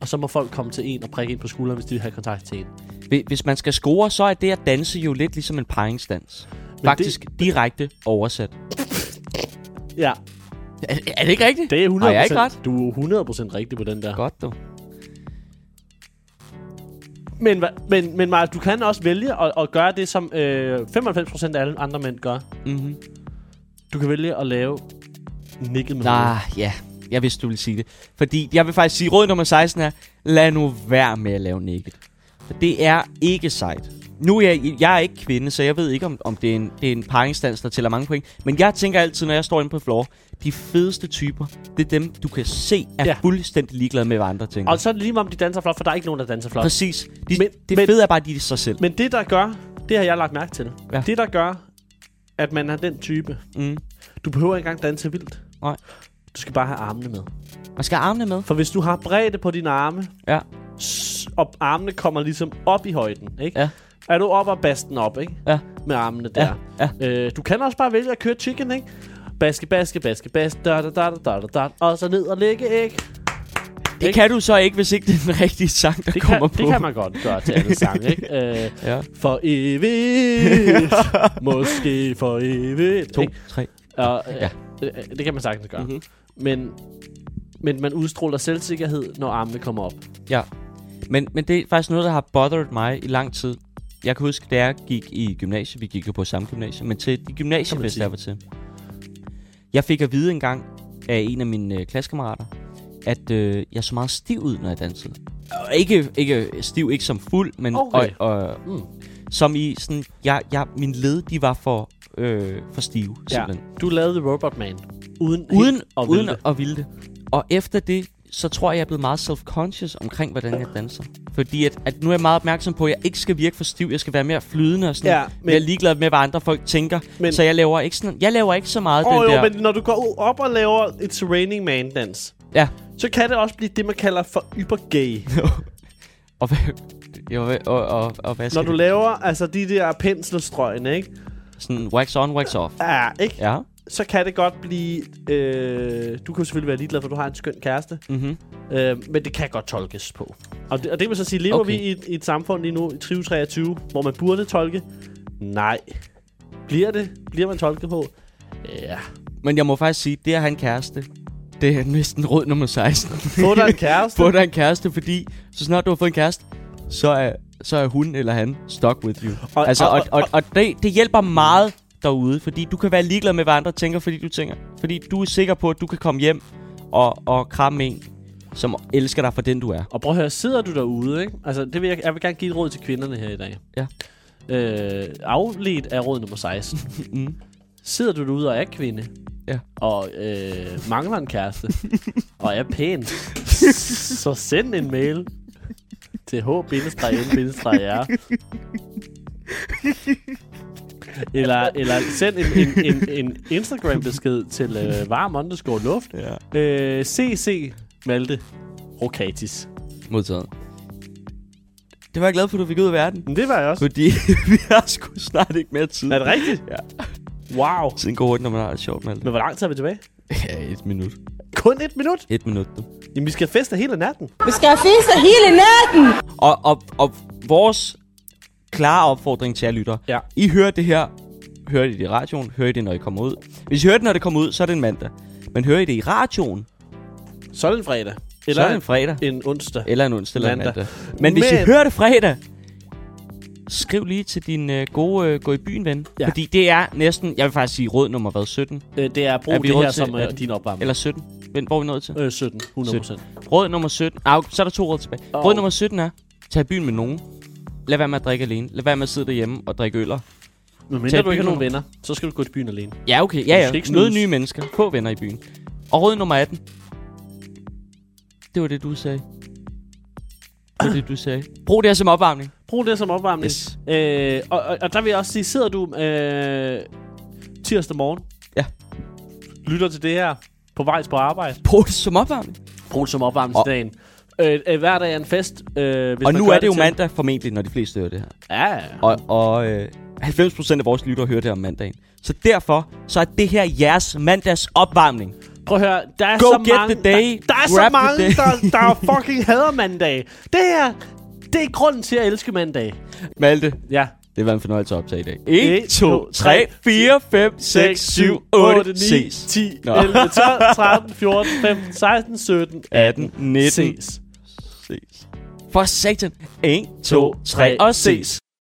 Og så må folk komme til en og prikke ind på skulderen, hvis de vil have kontakt til en. Hvi- Hvis man skal score, så er det at danse jo lidt ligesom en paringsdans. Faktisk det... direkte oversat. Ja, Er, er det ikke rigtigt? det er 100%. Har jeg ikke ret? Du er 100% rigtig på den der. Godt, du. Men, hva- men, men Marius, du kan også vælge at, at gøre det, som øh, 95% af alle andre mænd gør. Mm-hmm. Du kan vælge at lave nikket med Nej, ja. Jeg vidste, du ville sige det. Fordi jeg vil faktisk sige, råd nummer 16 er, lad nu være med at lave naked. For det er ikke sejt. Nu er jeg, jeg er ikke kvinde, så jeg ved ikke, om, om det er en, det er en paringsdans, der tæller mange point. Men jeg tænker altid, når jeg står inde på floor, de fedeste typer, det er dem, du kan se er Ja. ja. fuldstændig ligeglade med, hvad andre tænker. Og så er det lige meget, om de danser flot, for der er ikke nogen, der danser flot. Præcis. De, Men- men, det men- men, fede er bare, at de er sig selv. Men det, der gør, det har jeg lagt mærke til. Ja. Det, der gør, at man er den type. Mm. Du behøver ikke engang danse vildt. Nej. Du skal bare have armene med. Man skal have armene med. For hvis du har bredde på dine arme, Ja. s- og armene kommer ligesom op i højden, ikke? Ja. Er du op og basten op, ikke? Ja. Med armene der. Ja, Øh, du kan også bare vælge at køre chicken, ikke? Baske, baske, baske, baske, da, da, da, da, da, da, da, og så ned og ligge, ikke? Det Ikke? kan du så ikke, hvis ikke det er den rigtige sang, der Det kan, kommer på. det kan man godt gøre til alle sange, [laughs] ikke? Øh, Ja. for [laughs] evigt, måske for evigt. To, ikke? tre. Og, øh, ja. Ja. øh, det kan man sagtens gøre. Mm-hmm. Mhm. Men, men man udstråler selvsikkerhed, når armene kommer op. Ja. Men, men det er faktisk noget, der har bothered mig i lang tid. Jeg kan huske, da jeg gik i gymnasiet, vi gik jo på samme gymnasie, men til de Kan man gymnasiefest, sige. jeg var til. Jeg fik at vide engang af en af mine øh, klassekammerater, at øh, jeg så meget stiv ud, når jeg dansede. Og ikke, ikke stiv, ikke som fuld, men Okay. og, og, Mm. som i sådan, jeg, jeg, min led, de var for, øh, for stive, simpelthen. Du lavede The Robot Man. Uden, uden, helt at uden ville det. at ville det. Og efter det, så tror jeg, jeg er blevet meget self-conscious omkring, hvordan jeg danser. Fordi at, at nu er jeg meget opmærksom på, at jeg ikke skal virke for stiv. Jeg skal være mere flydende og sådan Ja, ja, men, men- Jeg er ligeglad med, hvad andre folk tænker. Men- Men, så jeg laver ikke, sådan, jeg laver ikke så meget Åh den oh, jo, der... men når du går ud- op og laver et Raining Man dans, Ja. så kan det også blive det, man kalder for ybergay. [laughs] og, hvad, jo, og, og, og, og hvad når skal du det? laver altså de der penselstrøgene, ikke? Sådan wax on, wax off. Ja, ikke? Ja. Så kan det godt blive... Øh, du kan jo selvfølgelig være ligeglad, for du har en skøn kæreste. Mm-hmm. Øh, men det kan godt tolkes på. Og det, og det vil så sige, lever okay. Okay. vi i et, i et samfund lige nu, i 2023, hvor man burde tolke? Nej. Bliver det? Bliver man tolket på? Ja. Men jeg må faktisk sige, det at have en kæreste, det er næsten råd nummer 16. Få [laughs] dig en kæreste. Få dig en kæreste, fordi så snart du har fået en kæreste, så er, så er hun eller han stuck with you. Og- Og, altså, og- og, og, og det, det hjælper meget derude, fordi du kan være ligeglad med, hvad andre tænker, fordi du tænker, fordi du er sikker på, at du kan komme hjem og, og kramme en, som elsker dig for den, du er. Og prøv at høre, sidder du derude, ikke? Altså, det vil jeg, jeg vil gerne give et råd til kvinderne her i dag. Ja. Øh, afledt af råd nummer 16. [laughs] Mm. Sidder du derude og er kvinde? Ja. Og øh, mangler en [laughs] kæreste? og er pæn? så send en mail til h r eller, eller send en, en, en, en Instagram-besked til øh, varm underscore luft. Ja. Øh, CC Malte Rokatis. Modtaget. Det var jeg glad for, at du fik ud af verden. Men det var jeg også. Fordi [laughs] vi har sgu snart ikke mere tid. Er det rigtigt? Ja. Wow. Tiden går hurtigt, når man har det sjovt med alt Men det. hvor lang tid er vi tilbage? Ja, et minut. Kun et minut? Et minut, du. Jamen, vi skal feste hele natten. Vi skal fisse hele natten! Og, og, og vores klare opfordring til jer lytter. Ja. I hører det her, hører I det i radioen, hører I det, når I kommer ud. Hvis I hører det, når det kommer ud, så er det en mandag. Men hører I det i radioen, Så er det en fredag. Eller så er det en fredag. en onsdag. Eller en onsdag eller en Mandag. mandag. Men hvis Men- I hører det fredag, skriv lige til din øh, gode øh, gå i byen ven. Ja. Ja. Fordi det er næsten, jeg vil faktisk sige råd nummer hvad, 17? Øh, det er brug Er vi det råd her til- som er- øh, din opvarmning. Eller 17? Vent, hvor er vi nået til? Øh, 17, 100 procent. Råd nummer 17. Ah, så er der to råd tilbage. Åh. Oh. Råd nummer 17 er, tag i byen med nogen. Lad være med at drikke alene. Lad være med at sidde derhjemme og drikke øller. Men mindre Tag du ikke har nogen byen venner, så skal du gå til byen alene. Ja, okay. Du Ja, skal ja. ikke snuse. Mød nye mennesker. Få venner i byen. Og råd nummer 18. Det var det, du sagde. Det var det, du sagde. Brug det her som opvarmning. Brug det som opvarmning. Yes. Øh, og, og, og der vil jeg også sige, sidder du øh, tirsdag morgen? Ja. Lytter til det her på vej på arbejde. Brug det som opvarmning. Brug det som opvarmning til dagen. Øh, øh, hver dag er en fest. Øh, hvis og man nu gør er det jo til- mandag formentlig, når de fleste hører det her. Ja, ja. Og, og øh, 90% af vores lyttere hører det om mandagen. Så derfor, så er det her jeres mandags opvarmning. Prøv at høre, der er Go så get mange, the day, der, der er så grab the mange, day. der, der fucking hader mandag. Det her, det er grunden til at elske mandag. Malte, Ja. det var en fornøjelse at optage i dag. Et, 1, to, 2, 3, 4, 5, 6, 7, 8, 9, 10, 10, Nå. 11, 12, 13, 14, 15, 16, 17, 18, 19, ses. ses. For satan. 1, 2, 3 og ses.